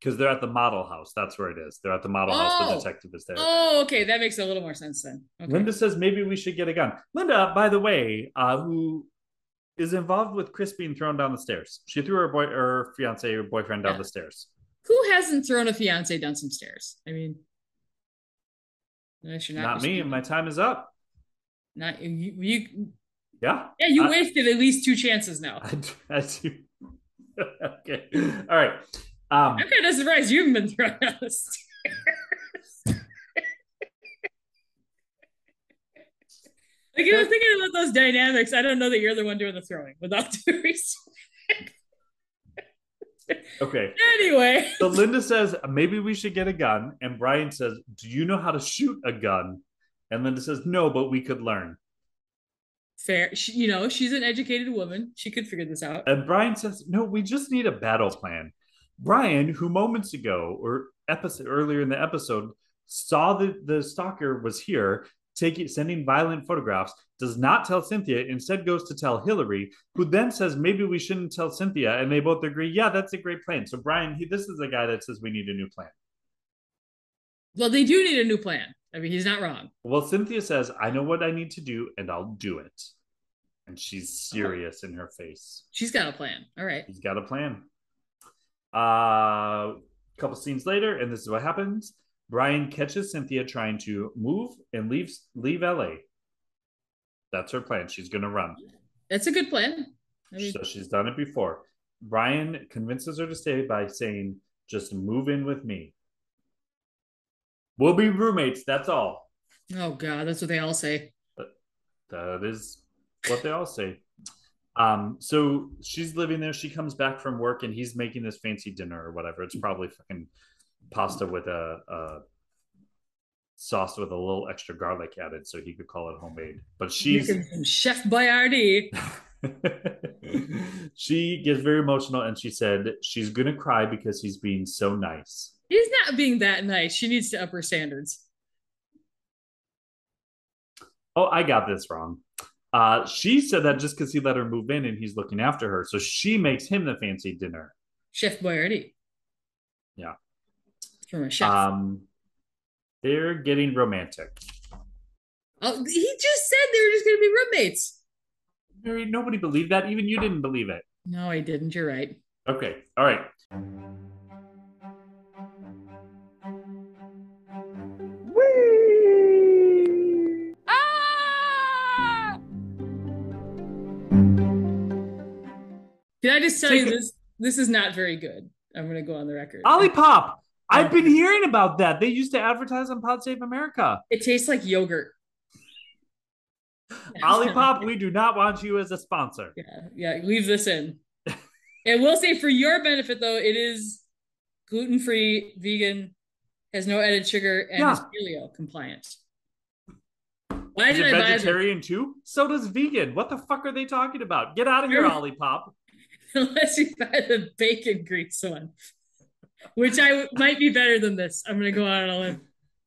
[SPEAKER 3] because they're at the model house. That's where it is. They're at the model house. The
[SPEAKER 4] Oh.
[SPEAKER 3] detective is there.
[SPEAKER 4] Oh, okay. That makes a little more sense then. Okay.
[SPEAKER 3] Linda says maybe we should get a gun. Linda, by the way, uh, who is involved with Chris being thrown down the stairs? She threw her boy, her fiance, or boyfriend down
[SPEAKER 4] Yeah.
[SPEAKER 3] the stairs.
[SPEAKER 4] Who hasn't thrown a fiance down some stairs? I mean, unless you're not,
[SPEAKER 3] Not me.
[SPEAKER 4] responding.
[SPEAKER 3] My time is up.
[SPEAKER 4] not you, you.
[SPEAKER 3] Yeah, [LAUGHS]
[SPEAKER 4] Yeah, you
[SPEAKER 3] I-
[SPEAKER 4] wasted at least two
[SPEAKER 3] [LAUGHS]
[SPEAKER 4] chances now.
[SPEAKER 3] I, do- I do. [LAUGHS] okay. All right. Um,
[SPEAKER 4] I'm kind of surprised you haven't been thrown down the stairs. [LAUGHS] like, I was thinking about those dynamics. I don't know that you're the one doing the throwing without [LAUGHS] the research.
[SPEAKER 3] okay.
[SPEAKER 4] Anyway,
[SPEAKER 3] So Linda says, maybe we should get a gun. And Brian says, Do you know how to shoot a gun? And Linda says, No, but we could learn.
[SPEAKER 4] fair. She, you know, she's an educated woman. She could figure this out.
[SPEAKER 3] And Brian says, No, we just need a battle plan. Brian, who moments ago or episode earlier in the episode saw that the stalker was here, taking sending violent photographs, does not tell Cynthia, instead goes to tell Hillary, who then says, Maybe we shouldn't tell Cynthia. And they both agree, Yeah, that's a great plan. So Brian, he, this is the guy that says we need a new plan.
[SPEAKER 4] Well, they do need a new plan. I mean, he's not wrong.
[SPEAKER 3] Well, Cynthia says, I know what I need to do and I'll do it. And she's serious in her face.
[SPEAKER 4] She's got a plan. All right.
[SPEAKER 3] He's got a plan. Uh, a couple scenes later, and this is what happens. Brian catches Cynthia trying to move and leaves leave LA. That's her plan. She's gonna run.
[SPEAKER 4] That's a good plan. I mean,
[SPEAKER 3] So she's done it before. Brian convinces her to stay by saying, just move in with me. We'll be roommates, that's all.
[SPEAKER 4] oh God, that's what they all say.
[SPEAKER 3] That is what they all say. Um, so she's living there. She comes back from work, and he's making this fancy dinner or whatever. It's probably fucking pasta with a, a sauce with a little extra garlic added, so he could call it homemade. But she's
[SPEAKER 4] Making some Chef Boyardee.
[SPEAKER 3] [LAUGHS] she gets very emotional, and she said she's gonna cry because he's being so nice.
[SPEAKER 4] He's not being that nice. She needs to up her standards.
[SPEAKER 3] Oh, I got this wrong. Uh, she said that just because he let her move in and he's looking after her, so she makes him the fancy dinner.
[SPEAKER 4] Chef Boyardee.
[SPEAKER 3] Yeah.
[SPEAKER 4] From a chef.
[SPEAKER 3] Um, they're getting romantic.
[SPEAKER 4] oh, he just said they were just going to be roommates.
[SPEAKER 3] Mary, nobody believed that. Even you didn't believe it.
[SPEAKER 4] No, I didn't. You're right.
[SPEAKER 3] Okay. All right.
[SPEAKER 1] Ah!
[SPEAKER 4] Did I just tell
[SPEAKER 3] Take
[SPEAKER 4] you
[SPEAKER 3] it.
[SPEAKER 4] this? This is not very good. I'm going to go on the record.
[SPEAKER 3] Olipop. I've
[SPEAKER 4] [LAUGHS]
[SPEAKER 3] been hearing about that. They used to advertise on Pod Save America.
[SPEAKER 4] It tastes like yogurt.
[SPEAKER 3] [LAUGHS] Olipop, we do not want you as a sponsor.
[SPEAKER 4] [LAUGHS] Yeah, yeah. Leave this in. and we'll say for your benefit though, it is gluten free, vegan, has no added sugar, and is paleo compliant. Why
[SPEAKER 3] Is
[SPEAKER 4] did
[SPEAKER 3] it
[SPEAKER 4] I buy them?
[SPEAKER 3] vegetarian too? So does vegan. What the fuck are they talking about? Get out of here,
[SPEAKER 4] Sure.
[SPEAKER 3] Olipop.
[SPEAKER 4] Unless you buy the bacon grease one, which I w- might be better than this. I'm gonna go out on a limb.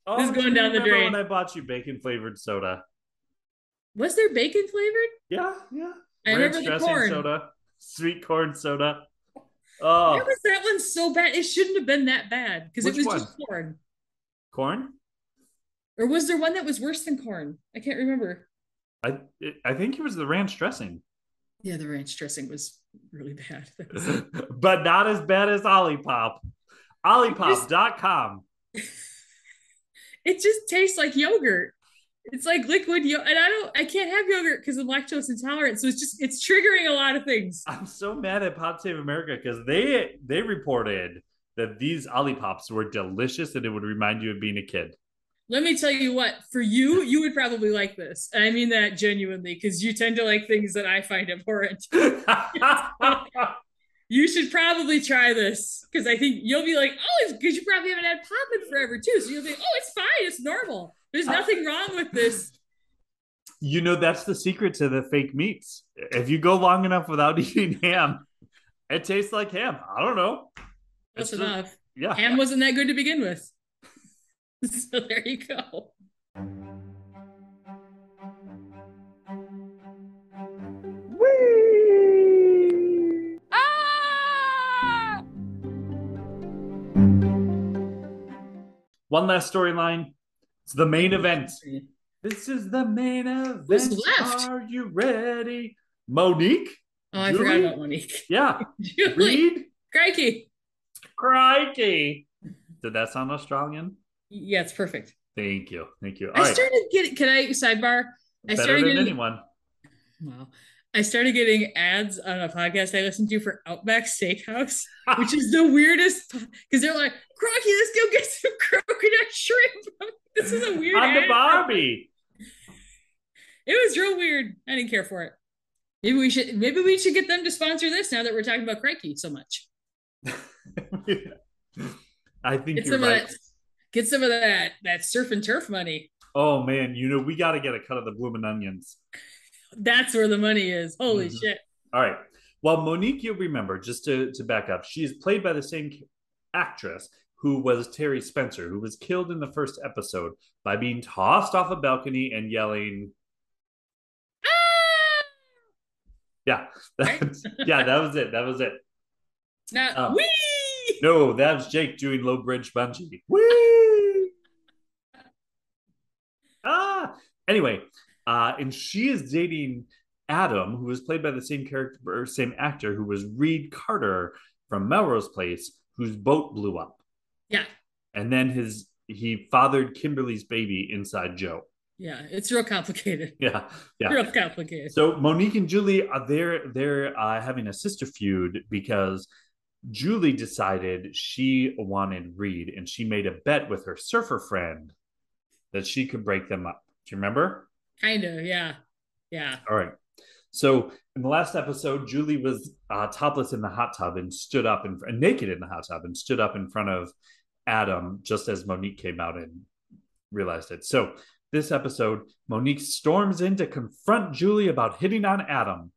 [SPEAKER 3] Oh,
[SPEAKER 4] [LAUGHS] This is going down the
[SPEAKER 3] remember
[SPEAKER 4] drain.
[SPEAKER 3] When I bought you bacon flavored soda.
[SPEAKER 4] Was there bacon flavored?
[SPEAKER 3] Yeah, yeah.
[SPEAKER 4] I remember the corn.
[SPEAKER 3] soda, sweet corn soda. Oh,
[SPEAKER 4] Why was that one so bad? It shouldn't have been that bad because it
[SPEAKER 3] Which
[SPEAKER 4] was just corn.
[SPEAKER 3] corn.
[SPEAKER 4] Or was there one that was worse than corn? I can't remember.
[SPEAKER 3] I it, I think it was the ranch dressing,
[SPEAKER 4] Yeah, the ranch dressing was really bad. [LAUGHS]
[SPEAKER 3] [LAUGHS] but not as bad as Olipop. Olipop.com.
[SPEAKER 4] it just tastes like yogurt. It's like liquid yogurt, and I don't, I can't have yogurt because I'm lactose intolerant. So it's just, it's triggering a lot of things.
[SPEAKER 3] I'm so mad at Pod Save America because they they reported that these Olipops were delicious and it would remind you of being a kid. [LAUGHS]
[SPEAKER 4] Let me tell you what, for you, you would probably like this. And I mean that genuinely because you tend to like things that I find abhorrent. You should probably try this because I think you'll be like, oh, it's because you probably haven't had pop in forever too. So you'll be, oh, it's fine, it's normal. There's
[SPEAKER 3] Uh,
[SPEAKER 4] nothing wrong with this.
[SPEAKER 3] you know that's the secret to the fake meats. If you go long enough without [LAUGHS] eating ham, it tastes like ham. I don't know. It's
[SPEAKER 4] Close
[SPEAKER 3] just-
[SPEAKER 4] enough.
[SPEAKER 3] Yeah.
[SPEAKER 4] Ham wasn't that good to begin with. [LAUGHS] So there you go. Oh,
[SPEAKER 1] Ah!
[SPEAKER 3] One last storyline. It's the main event. This is the main event.
[SPEAKER 4] Who's left?
[SPEAKER 3] Are you ready? Monique?
[SPEAKER 4] Oh, I
[SPEAKER 3] Julie?
[SPEAKER 4] forgot about Monique. [LAUGHS]
[SPEAKER 3] Yeah.
[SPEAKER 4] Julie,
[SPEAKER 3] Reed?
[SPEAKER 4] crikey.
[SPEAKER 3] Crikey. Did that sound Australian?
[SPEAKER 4] Yeah, it's perfect.
[SPEAKER 3] Thank you. Thank you. All
[SPEAKER 4] I
[SPEAKER 3] right.
[SPEAKER 4] started getting, can I sidebar? I
[SPEAKER 3] Better
[SPEAKER 4] started
[SPEAKER 3] than
[SPEAKER 4] getting,
[SPEAKER 3] anyone.
[SPEAKER 4] wow. I started getting ads on a podcast I listened to for Outback Steakhouse, which is the weirdest because they're like, Crocky, let's go get some [LAUGHS] coconut shrimp. [LAUGHS] this is a weird
[SPEAKER 3] On the
[SPEAKER 4] ad.
[SPEAKER 3] Barbie.
[SPEAKER 4] It was real weird. I didn't care for it. Maybe we should maybe we should get them to sponsor this now that we're talking about Crikey so much.
[SPEAKER 3] [LAUGHS] I think you're
[SPEAKER 4] Get some
[SPEAKER 3] right.
[SPEAKER 4] of that get some of that that surf and turf money.
[SPEAKER 3] Oh man, you know, we gotta get a cut of the bloomin' onions.
[SPEAKER 4] That's where the money is. Holy
[SPEAKER 3] Mhm.
[SPEAKER 4] shit.
[SPEAKER 3] All right. Well, Monique, you'll remember, just to, to back up, she's played by the same actress who was Terry Spencer, who was killed in the first episode by being tossed off a balcony and yelling,
[SPEAKER 4] Ah!
[SPEAKER 3] Yeah, [LAUGHS] that's, yeah, that was it. That was it.
[SPEAKER 4] Not
[SPEAKER 3] Oh.
[SPEAKER 4] wee.
[SPEAKER 3] No, that was Jake doing low bridge bungee. Whee! Ah, anyway, uh, and she is dating Adam, who was played by the same character, or same actor, who was Reed Carter from Melrose Place, whose boat blew up.
[SPEAKER 4] Yeah.
[SPEAKER 3] and then his he fathered Kimberly's baby inside Joe. [LAUGHS]
[SPEAKER 4] Yeah. It's real complicated.
[SPEAKER 3] Yeah, yeah.
[SPEAKER 4] Real complicated.
[SPEAKER 3] So Monique and Julie are they're they're uh, having a sister feud because Julie decided she wanted Reed and she made a bet with her surfer friend that she could break them up. Do you remember?
[SPEAKER 4] Kind of. Yeah. Yeah.
[SPEAKER 3] All right. So in the last episode, Julie was uh, topless in the hot tub and stood up and naked in the hot tub and stood up in front of Adam just as Monique came out and realized it. So this episode, Monique storms in to confront Julie about hitting on Adam,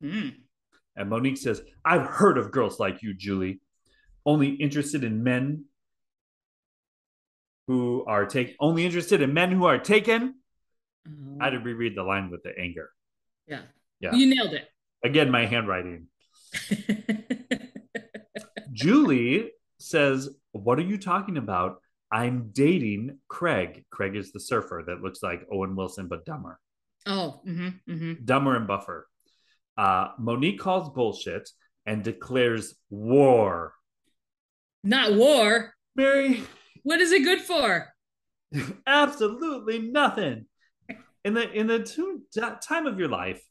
[SPEAKER 4] Mm.
[SPEAKER 3] and Monique says, "I've heard of girls like you, Julie, only interested in men who are take only interested in men who are taken." I had to reread the line with the anger.
[SPEAKER 4] yeah.
[SPEAKER 3] Yeah.
[SPEAKER 4] You nailed it. [LAUGHS]
[SPEAKER 3] Again, my handwriting. Julie says, What are you talking about? I'm dating Craig. Craig is the surfer that looks like Owen Wilson, but dumber,
[SPEAKER 4] oh, hmm hmm
[SPEAKER 3] dumber and buffer. Uh, Monique calls bullshit and declares war.
[SPEAKER 4] Not war.
[SPEAKER 3] Mary,
[SPEAKER 4] What is it good for?
[SPEAKER 3] [LAUGHS] absolutely nothing. In the in the two, that time of your life,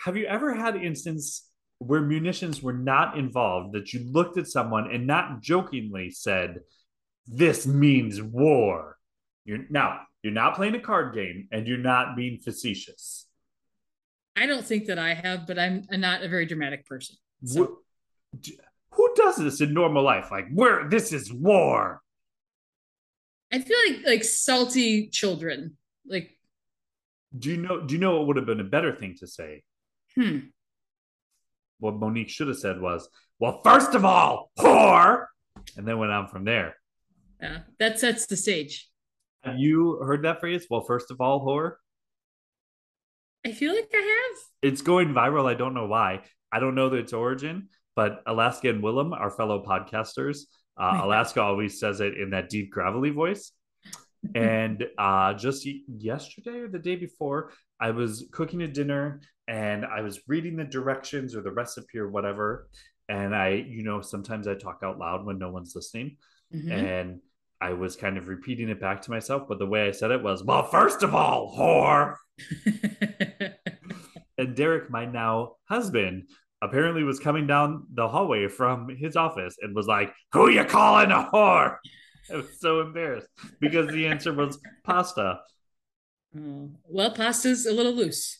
[SPEAKER 3] have you ever had instance where munitions were not involved that you looked at someone and not jokingly said, "This means war"? You're now you're not playing a card game and you're not being facetious.
[SPEAKER 4] I don't think that I have, but I'm not a very dramatic person. So-
[SPEAKER 3] Wh- d- who does this in normal life? Like, where this is war.
[SPEAKER 4] I feel like like salty children. Like,
[SPEAKER 3] Do you know? Do you know what would have been a better thing to say?
[SPEAKER 4] hmm.
[SPEAKER 3] what Monique should have said was, "Well, first of all, whore," and then went on from there.
[SPEAKER 4] Yeah. That sets the stage.
[SPEAKER 3] Have you heard that phrase? Well, first of all, whore.
[SPEAKER 4] I feel like I have.
[SPEAKER 3] It's going viral. I don't know why. I don't know its origin, but Alaska and Willem, our fellow podcasters, uh,
[SPEAKER 4] Right.
[SPEAKER 3] Alaska always says it in that deep gravelly voice. And uh, just y- yesterday or the day before, I was cooking a dinner and I was reading the directions or the recipe or whatever. And I, you know, sometimes I talk out loud when no one's listening.
[SPEAKER 4] Mhm.
[SPEAKER 3] and I was kind of repeating it back to myself, but the way I said it was, "Well, first of all, whore."
[SPEAKER 4] Mm-hmm.
[SPEAKER 3] And Derek, my now husband, apparently was coming down the hallway from his office and was like, "Who you calling a whore?" I was so embarrassed because the answer was pasta.
[SPEAKER 4] [LAUGHS]
[SPEAKER 3] [LAUGHS]
[SPEAKER 4] Oh. Well, pasta's a little loose.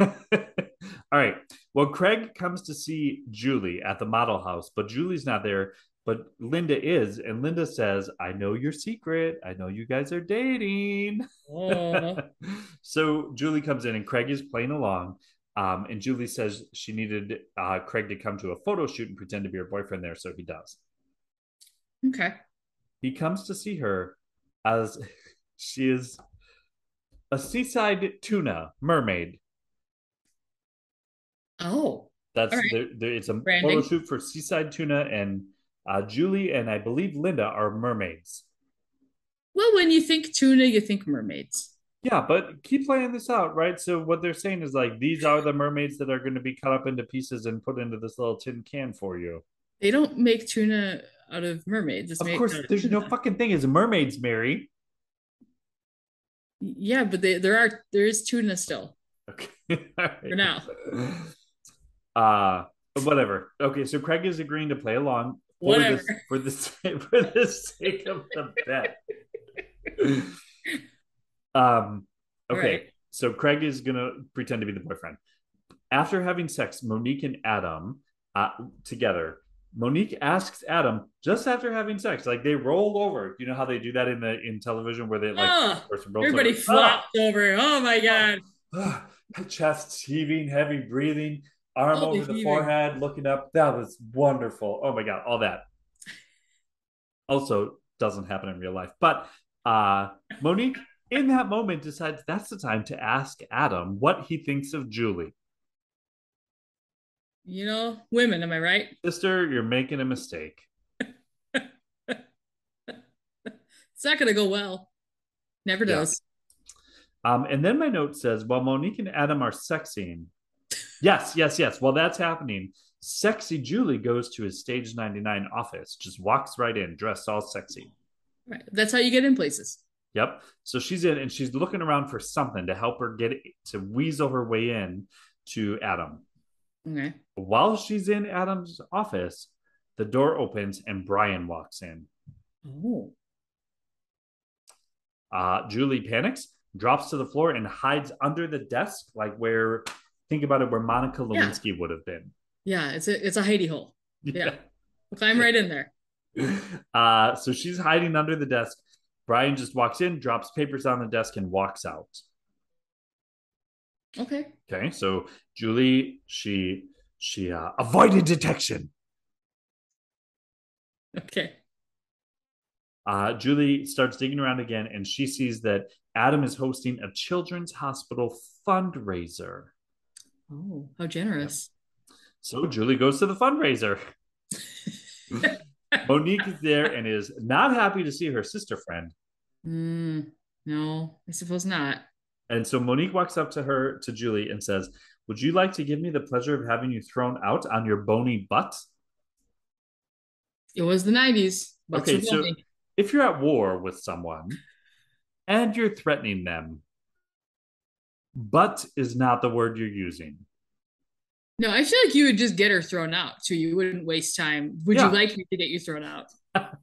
[SPEAKER 3] all right. Well, Craig comes to see Julie at the model house, but Julie's not there. But Linda is, and Linda says, "I know your secret. I know you guys are dating."
[SPEAKER 4] Oh.
[SPEAKER 3] so Julie comes in and Craig is playing along. Um, and Julie says she needed uh, Craig to come to a photo shoot and pretend to be her boyfriend there. So he does.
[SPEAKER 4] okay.
[SPEAKER 3] He comes to see her as [LAUGHS] she is a seaside tuna mermaid.
[SPEAKER 4] Oh.
[SPEAKER 3] That's
[SPEAKER 4] All right.
[SPEAKER 3] there, there, it's a
[SPEAKER 4] Branding.
[SPEAKER 3] photo shoot for seaside tuna. And uh, Julie and I believe Linda are mermaids.
[SPEAKER 4] Well, when you think tuna, you think mermaids.
[SPEAKER 3] Yeah, but keep playing this out, right? So what they're saying is like these are the mermaids that are going to be cut up into pieces and put into this little tin can for you.
[SPEAKER 4] They don't make tuna out of mermaids. It's
[SPEAKER 3] Of
[SPEAKER 4] made
[SPEAKER 3] course,
[SPEAKER 4] out of
[SPEAKER 3] there's no
[SPEAKER 4] [LAUGHS] tuna.
[SPEAKER 3] fucking thing as mermaids, Mary.
[SPEAKER 4] Yeah, but they, there are there is tuna still.
[SPEAKER 3] Okay. [LAUGHS] All right.
[SPEAKER 4] For now.
[SPEAKER 3] Uh whatever. Okay, so Craig is agreeing to play along for
[SPEAKER 4] Whatever.
[SPEAKER 3] the, [LAUGHS] for the sa- for the sake of the
[SPEAKER 4] [LAUGHS]
[SPEAKER 3] bet. um okay.
[SPEAKER 4] Right.
[SPEAKER 3] So Craig is going to pretend to be the boyfriend. After having sex, Monique and Adam uh, together, Monique asks Adam just after having sex, like they roll over. You know how they do that in the in television where they like "Ah!"
[SPEAKER 4] oh,
[SPEAKER 3] person rolls
[SPEAKER 4] everybody
[SPEAKER 3] over.
[SPEAKER 4] flopped over. Oh my god.
[SPEAKER 3] Ah, chest heaving, heavy breathing, arm
[SPEAKER 4] Oh,
[SPEAKER 3] over
[SPEAKER 4] the
[SPEAKER 3] the
[SPEAKER 4] heaving.
[SPEAKER 3] forehead, looking up. That was wonderful. Oh my god, all that. Also doesn't happen in real life. But uh Monique in that moment decides that's the time to ask Adam what he thinks of Julie.
[SPEAKER 4] You know, women, am I right?
[SPEAKER 3] Sister, you're making a mistake.
[SPEAKER 4] It's not gonna go well. Never
[SPEAKER 3] Yeah.
[SPEAKER 4] does.
[SPEAKER 3] Um, and then my note says, while Monique and Adam are sexing, yes, yes, yes. While that's happening, sexy Julie goes to his stage 99 office, just walks right in, dressed all sexy.
[SPEAKER 4] Right. That's how you get in places.
[SPEAKER 3] Yep. So she's in and she's looking around for something to help her get to weasel her way in to Adam.
[SPEAKER 4] Okay.
[SPEAKER 3] While she's in Adam's office, the door opens and Brian walks in.
[SPEAKER 4] Oh.
[SPEAKER 3] Uh, Julie panics, drops to the floor, and hides under the desk, like where, think about it, where Monica
[SPEAKER 4] Yeah.
[SPEAKER 3] Lewinsky would have been.
[SPEAKER 4] Yeah, it's a it's a hidey hole. Yeah. Climb right in there.
[SPEAKER 3] [LAUGHS] Uh, so she's hiding under the desk. Brian just walks in, drops papers on the desk, and walks out.
[SPEAKER 4] Okay.
[SPEAKER 3] Okay, so Julie, she she uh, avoided detection.
[SPEAKER 4] Okay.
[SPEAKER 3] Uh, Julie starts digging around again, and she sees that Adam is hosting a children's hospital fundraiser.
[SPEAKER 4] Oh, how generous.
[SPEAKER 3] So Julie goes to the fundraiser. Monique is there and is not happy to see her sister friend.
[SPEAKER 4] Mm, no, I suppose not.
[SPEAKER 3] And so Monique walks up to her, to Julie, and says, Would you like to give me the pleasure of having you thrown out on your bony butt?
[SPEAKER 4] It was the 90s. Butts
[SPEAKER 3] Okay,
[SPEAKER 4] were
[SPEAKER 3] so-
[SPEAKER 4] bumpy.
[SPEAKER 3] If you're at war with someone and you're threatening them, butt is not the word you're using. [LAUGHS]
[SPEAKER 4] no, I feel like you would just get her thrown out too. You wouldn't waste time. Would
[SPEAKER 3] Yeah.
[SPEAKER 4] you like me to get you thrown out?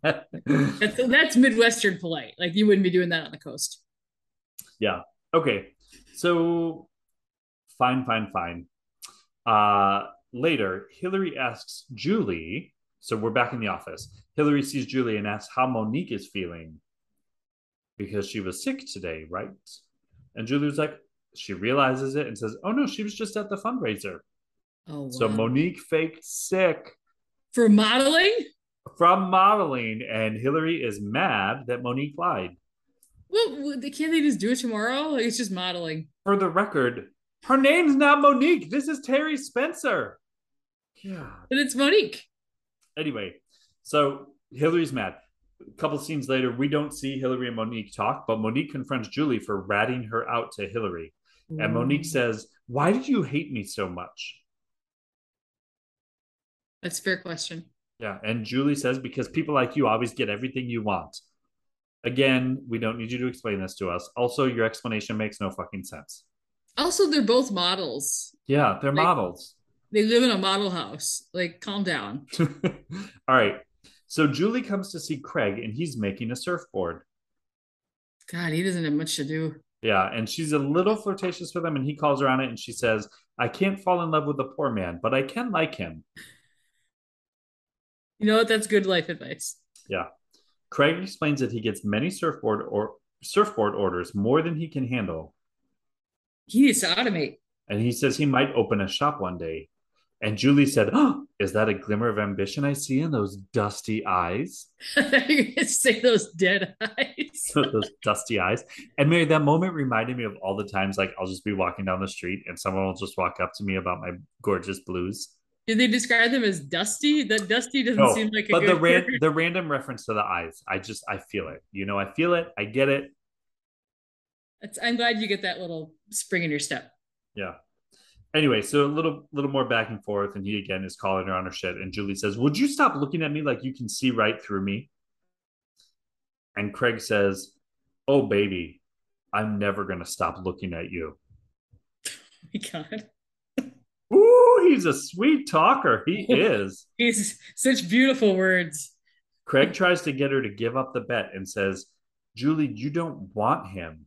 [SPEAKER 4] That's that's Midwestern polite. Like you wouldn't be doing that on the coast.
[SPEAKER 3] okay so fine fine fine uh later hillary asks julie so we're back in the office hillary sees julie and asks how monique is feeling because she was sick today right and julie was like she realizes it and says oh no she was just at the fundraiser
[SPEAKER 4] Oh, wow.
[SPEAKER 3] so monique faked sick
[SPEAKER 4] for modeling?
[SPEAKER 3] from modeling and hillary is mad that monique lied
[SPEAKER 4] Well, would- can't they just do it tomorrow? Like it's just modeling.
[SPEAKER 3] for the record, her name's not Monique. This is Terry Spencer. Yeah.
[SPEAKER 4] But it's Monique.
[SPEAKER 3] Anyway, so Hillary's mad. A couple scenes later, we don't see Hillary and Monique talk, but Monique confronts Julie for ratting her out to Hillary.
[SPEAKER 4] Mm.
[SPEAKER 3] And Monique says, Why did you hate me so much?
[SPEAKER 4] That's a fair question.
[SPEAKER 3] Yeah. And Julie says, Because people like you always get everything you want. Again, we don't need you to explain this to us. Also, your explanation makes no fucking sense.
[SPEAKER 4] Also, they're both models.
[SPEAKER 3] Yeah, they're
[SPEAKER 4] Right.
[SPEAKER 3] models.
[SPEAKER 4] They live in a model house. Like, calm down.
[SPEAKER 3] [LAUGHS] All right. So Julie comes to see Craig and he's making a surfboard.
[SPEAKER 4] God, he doesn't have much to do.
[SPEAKER 3] Yeah. And she's a little flirtatious with him and he calls her on it and she says, I can't fall in love with a poor man, but I can like him.
[SPEAKER 4] You know what? That's good life advice.
[SPEAKER 3] Craig explains that he gets many surfboard or surfboard orders more than he can handle.
[SPEAKER 4] He needs to automate. [LAUGHS]
[SPEAKER 3] And he says he might open a shop one day. And Julie said, oh, Is that a glimmer of ambition I see in those dusty eyes?
[SPEAKER 4] You're gonna say those dead eyes.
[SPEAKER 3] [LAUGHS] those dusty eyes. And Mary, that moment reminded me of all the times like I'll just be walking down the street and someone will just walk up to me about my gorgeous blues.
[SPEAKER 4] Did they describe them as dusty? That dusty doesn't
[SPEAKER 3] No,
[SPEAKER 4] seem like a
[SPEAKER 3] But
[SPEAKER 4] good
[SPEAKER 3] the
[SPEAKER 4] [LAUGHS]
[SPEAKER 3] ran-
[SPEAKER 4] word.
[SPEAKER 3] the random reference to the eyes, I just I feel it. You know, I feel it. I get it.
[SPEAKER 4] That's- I'm glad you get that little spring in your step. [LAUGHS]
[SPEAKER 3] Anyway, so a little little more back and forth, and he again is calling her on her shit. And Julie says, "Would you stop looking at me like you can see right through me?" And Craig says, "Oh baby, I'm never gonna stop looking at you."
[SPEAKER 4] Oh my God.
[SPEAKER 3] Ooh, he's a sweet talker.
[SPEAKER 4] [LAUGHS]
[SPEAKER 3] He is.
[SPEAKER 4] He's such beautiful words.
[SPEAKER 3] Craig tries to get her to give up the bet and says, Julie, you don't want him.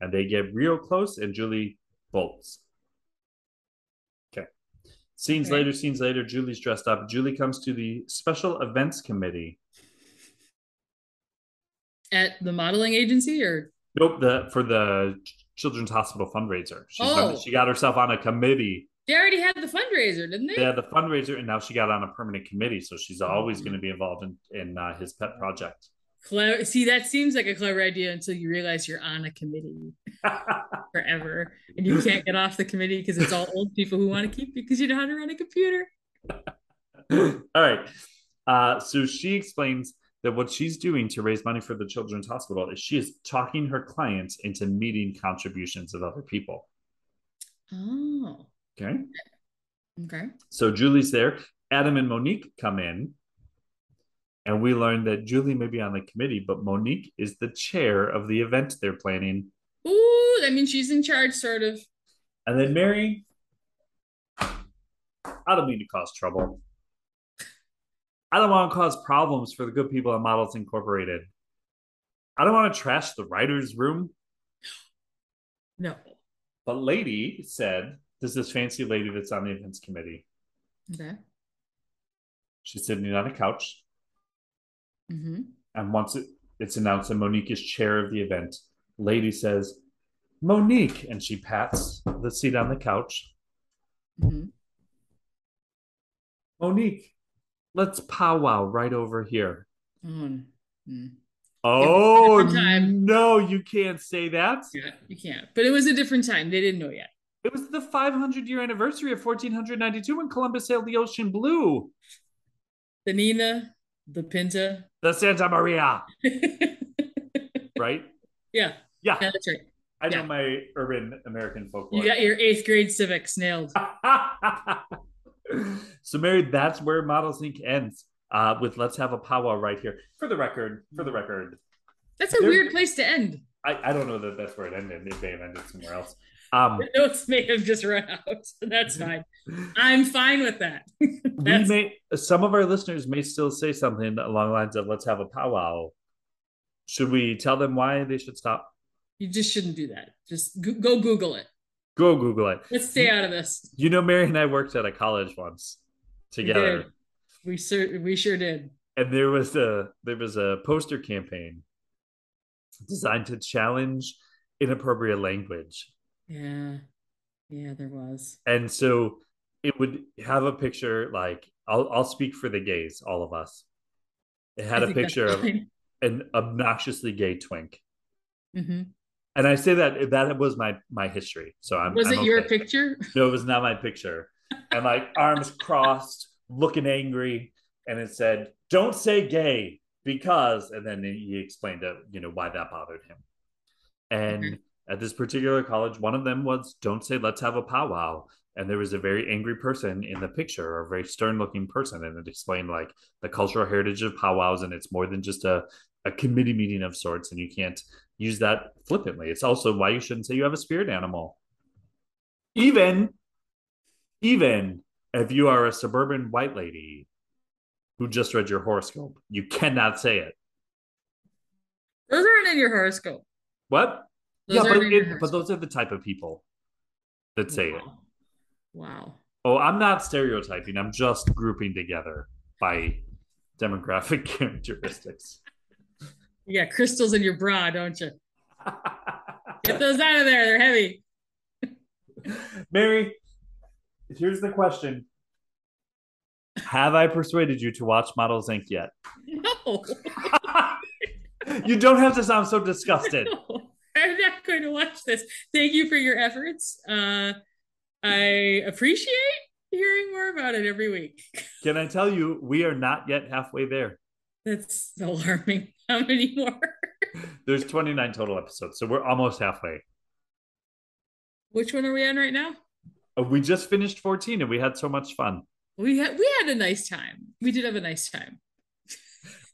[SPEAKER 3] And they get real close and Julie bolts. Okay. Scenes
[SPEAKER 4] Okay.
[SPEAKER 3] later, scenes later, Julie's dressed up. Julie comes to the special events committee.
[SPEAKER 4] At the modeling agency or
[SPEAKER 3] Nope, the for the children's hospital fundraiser. She's
[SPEAKER 4] Oh.
[SPEAKER 3] she got herself on a committee.
[SPEAKER 4] they already had the fundraiser, didn't they?
[SPEAKER 3] They had the fundraiser and now she got on a permanent committee. So she's always going to be involved in, in uh, his pet project. [LAUGHS]
[SPEAKER 4] Clever. See, that seems like a clever idea until you realize you're on a committee forever and you can't get off the committee because it's all old people who want to keep you because you know how to run a computer.
[SPEAKER 3] [CLEARS THROAT] All right. Uh, so she explains that what she's doing to raise money for the children's hospital is she is talking her clients into meeting contributions of other people.
[SPEAKER 4] Oh,
[SPEAKER 3] Okay.
[SPEAKER 4] okay.
[SPEAKER 3] So Julie's there. Adam and Monique come in. And we learn that Julie may be on the committee, but Monique is the chair of the event they're planning.
[SPEAKER 4] Ooh, I mean, she's in charge, sort of.
[SPEAKER 3] And then Mary, I don't mean to cause trouble. I don't want to cause problems for the good people at Models Incorporated. I don't want to trash the writer's room.
[SPEAKER 4] No.
[SPEAKER 3] But Lady said, There's this fancy lady that's on the events committee.
[SPEAKER 4] Okay.
[SPEAKER 3] She's sitting on a couch.
[SPEAKER 4] Mm-hmm.
[SPEAKER 3] And once it, it's announced that Monique is chair of the event, Lady says, Monique. And she pats the seat on the couch.
[SPEAKER 4] Mm-hmm.
[SPEAKER 3] Monique, let's powwow right over here.
[SPEAKER 4] Oh, mm.
[SPEAKER 3] Oh
[SPEAKER 4] different time.
[SPEAKER 3] no, you can't say that.
[SPEAKER 4] yeah, you can't. But it was a different time. They didn't know yet.
[SPEAKER 3] It was the 500 year anniversary of 1492 when Columbus sailed the ocean blue.
[SPEAKER 4] The Nina, the Pinta. [LAUGHS]
[SPEAKER 3] The Santa Maria,
[SPEAKER 4] yeah,
[SPEAKER 3] right?
[SPEAKER 4] [LAUGHS] yeah,
[SPEAKER 3] Yeah.
[SPEAKER 4] that's right.
[SPEAKER 3] I know
[SPEAKER 4] Yeah.
[SPEAKER 3] my urban American folklore.
[SPEAKER 4] You got your eighth grade civics nailed.
[SPEAKER 3] [LAUGHS] so mary that's where models inc ends uh, with let's have a powwow right here for the record for the record
[SPEAKER 4] That's a
[SPEAKER 3] There-
[SPEAKER 4] weird place to end. [LAUGHS]
[SPEAKER 3] i, I don't know that that's where it ended it may have ended somewhere else um,
[SPEAKER 4] The notes may have just run out. [LAUGHS] That's fine. I'm fine with that. [LAUGHS]
[SPEAKER 3] we
[SPEAKER 4] That's-
[SPEAKER 3] may some of our listeners may still say something along the lines of let's have a powwow should we tell them why they should stop
[SPEAKER 4] You just shouldn't do that. Just go, go Google it.
[SPEAKER 3] go google it
[SPEAKER 4] Let's stay out of this.
[SPEAKER 3] you know mary and i worked at a college once together
[SPEAKER 4] did. We sure we sure did.
[SPEAKER 3] and there was a there was a poster campaign designed to challenge inappropriate language
[SPEAKER 4] Yeah. Yeah, there was.
[SPEAKER 3] and so it would have a picture like i'll, I'll speak for the gays all of us it had
[SPEAKER 4] a
[SPEAKER 3] a picture of an obnoxiously gay twink
[SPEAKER 4] hmm
[SPEAKER 3] and i say that that was my my history so i'm
[SPEAKER 4] Was
[SPEAKER 3] I'm
[SPEAKER 4] it your
[SPEAKER 3] okay.
[SPEAKER 4] picture?
[SPEAKER 3] no it was not my picture and like arms crossed looking angry and it said don't say gay because and then he explained uh, you know why that bothered him and at this particular college one of them was don't say let's have a powwow and there was a very angry person in the picture a very stern looking person and it explained like the cultural heritage of powwows and it's more than just a, a committee meeting of sorts and you can't use that flippantly it's also why you shouldn't say you have a spirit animal even even if you are a suburban white lady who just read your horoscope you cannot say it
[SPEAKER 4] Those aren't in your horoscope.
[SPEAKER 3] what
[SPEAKER 4] Those
[SPEAKER 3] yeah but,
[SPEAKER 4] aren't in your
[SPEAKER 3] it, but those are the type of people that say it
[SPEAKER 4] Wow. Wow.
[SPEAKER 3] oh i'm not stereotyping i'm just grouping together by demographic [LAUGHS] characteristics [LAUGHS]
[SPEAKER 4] You got crystals in your bra, don't you? Get those out of there. They're heavy.
[SPEAKER 3] mary here's the question have i persuaded you to watch models inc yet [LAUGHS]
[SPEAKER 4] No.
[SPEAKER 3] you don't have to sound so disgusted.
[SPEAKER 4] No. [LAUGHS] I'm not going to watch this. Thank you for your efforts. Uh, I appreciate hearing more about it every week. [LAUGHS]
[SPEAKER 3] Can I tell you, we are not yet halfway there.
[SPEAKER 4] That's alarming. [LAUGHS] How many more?
[SPEAKER 3] There's 29 total episodes, so we're almost halfway.
[SPEAKER 4] Which one are we on right now?
[SPEAKER 3] Uh, We just finished 14 and we had so much fun.
[SPEAKER 4] We had we had a nice time. We did have a nice time.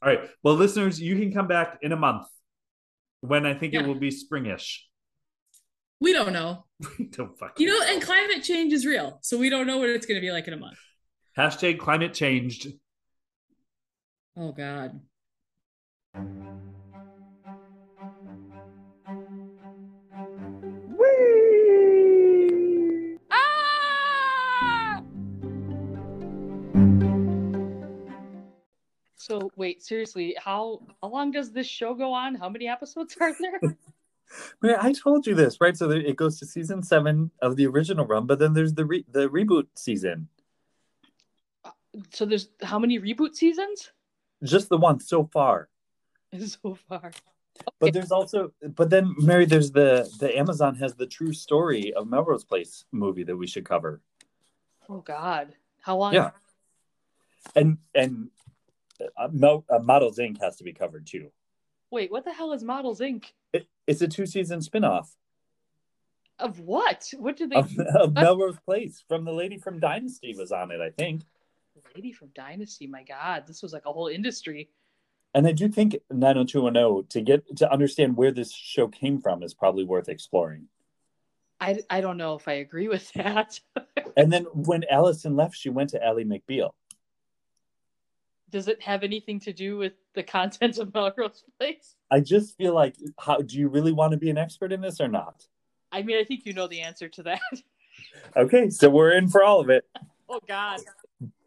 [SPEAKER 3] All right. Well, listeners, you can come back in a month when I think it
[SPEAKER 4] Yeah.
[SPEAKER 3] will be springish. [LAUGHS]
[SPEAKER 4] We don't know.
[SPEAKER 3] don't fuck
[SPEAKER 4] You know, and climate change is real. So we don't know what it's going to be like in a month.
[SPEAKER 3] Hashtag climate changed.
[SPEAKER 4] Oh god.
[SPEAKER 1] Ah! So wait, seriously, how how long does this show go on? How many episodes are there?
[SPEAKER 4] [LAUGHS]
[SPEAKER 5] Wait, I told you this, right? So there, it goes to season seven of the original run, but then there's the re- the reboot season,
[SPEAKER 1] so there's how many reboot seasons? [LAUGHS]
[SPEAKER 5] just the one so far.
[SPEAKER 1] So far.
[SPEAKER 5] But
[SPEAKER 1] Okay.
[SPEAKER 5] there's also, but then Mary, there's the the Amazon has the true story of Melrose Place movie that we should cover,
[SPEAKER 1] Oh god. How long?
[SPEAKER 5] Yeah. and and uh, Mel, uh, Models Inc has to be covered too.
[SPEAKER 1] Wait, what the hell is Models Inc?
[SPEAKER 5] It, it's a two season spinoff
[SPEAKER 1] Of what? What did they
[SPEAKER 5] of, [LAUGHS] of Melrose Place from the lady from Dynasty was on it, I think.
[SPEAKER 1] lady from Dynasty? My god, this was like a whole industry.
[SPEAKER 5] And I do think 90210 to get to understand where this show came from is probably worth exploring.
[SPEAKER 1] I, I don't know if I agree with [LAUGHS] that.
[SPEAKER 5] And then when Allison left, she went to Ally McBeal.
[SPEAKER 1] Does it have anything to do with the contents of Melrose Place?
[SPEAKER 5] I just feel like, how do you really want to be an expert in this or not?
[SPEAKER 1] I mean, I think you know the answer to that.
[SPEAKER 5] Okay, so we're in for all of it.
[SPEAKER 1] Oh God.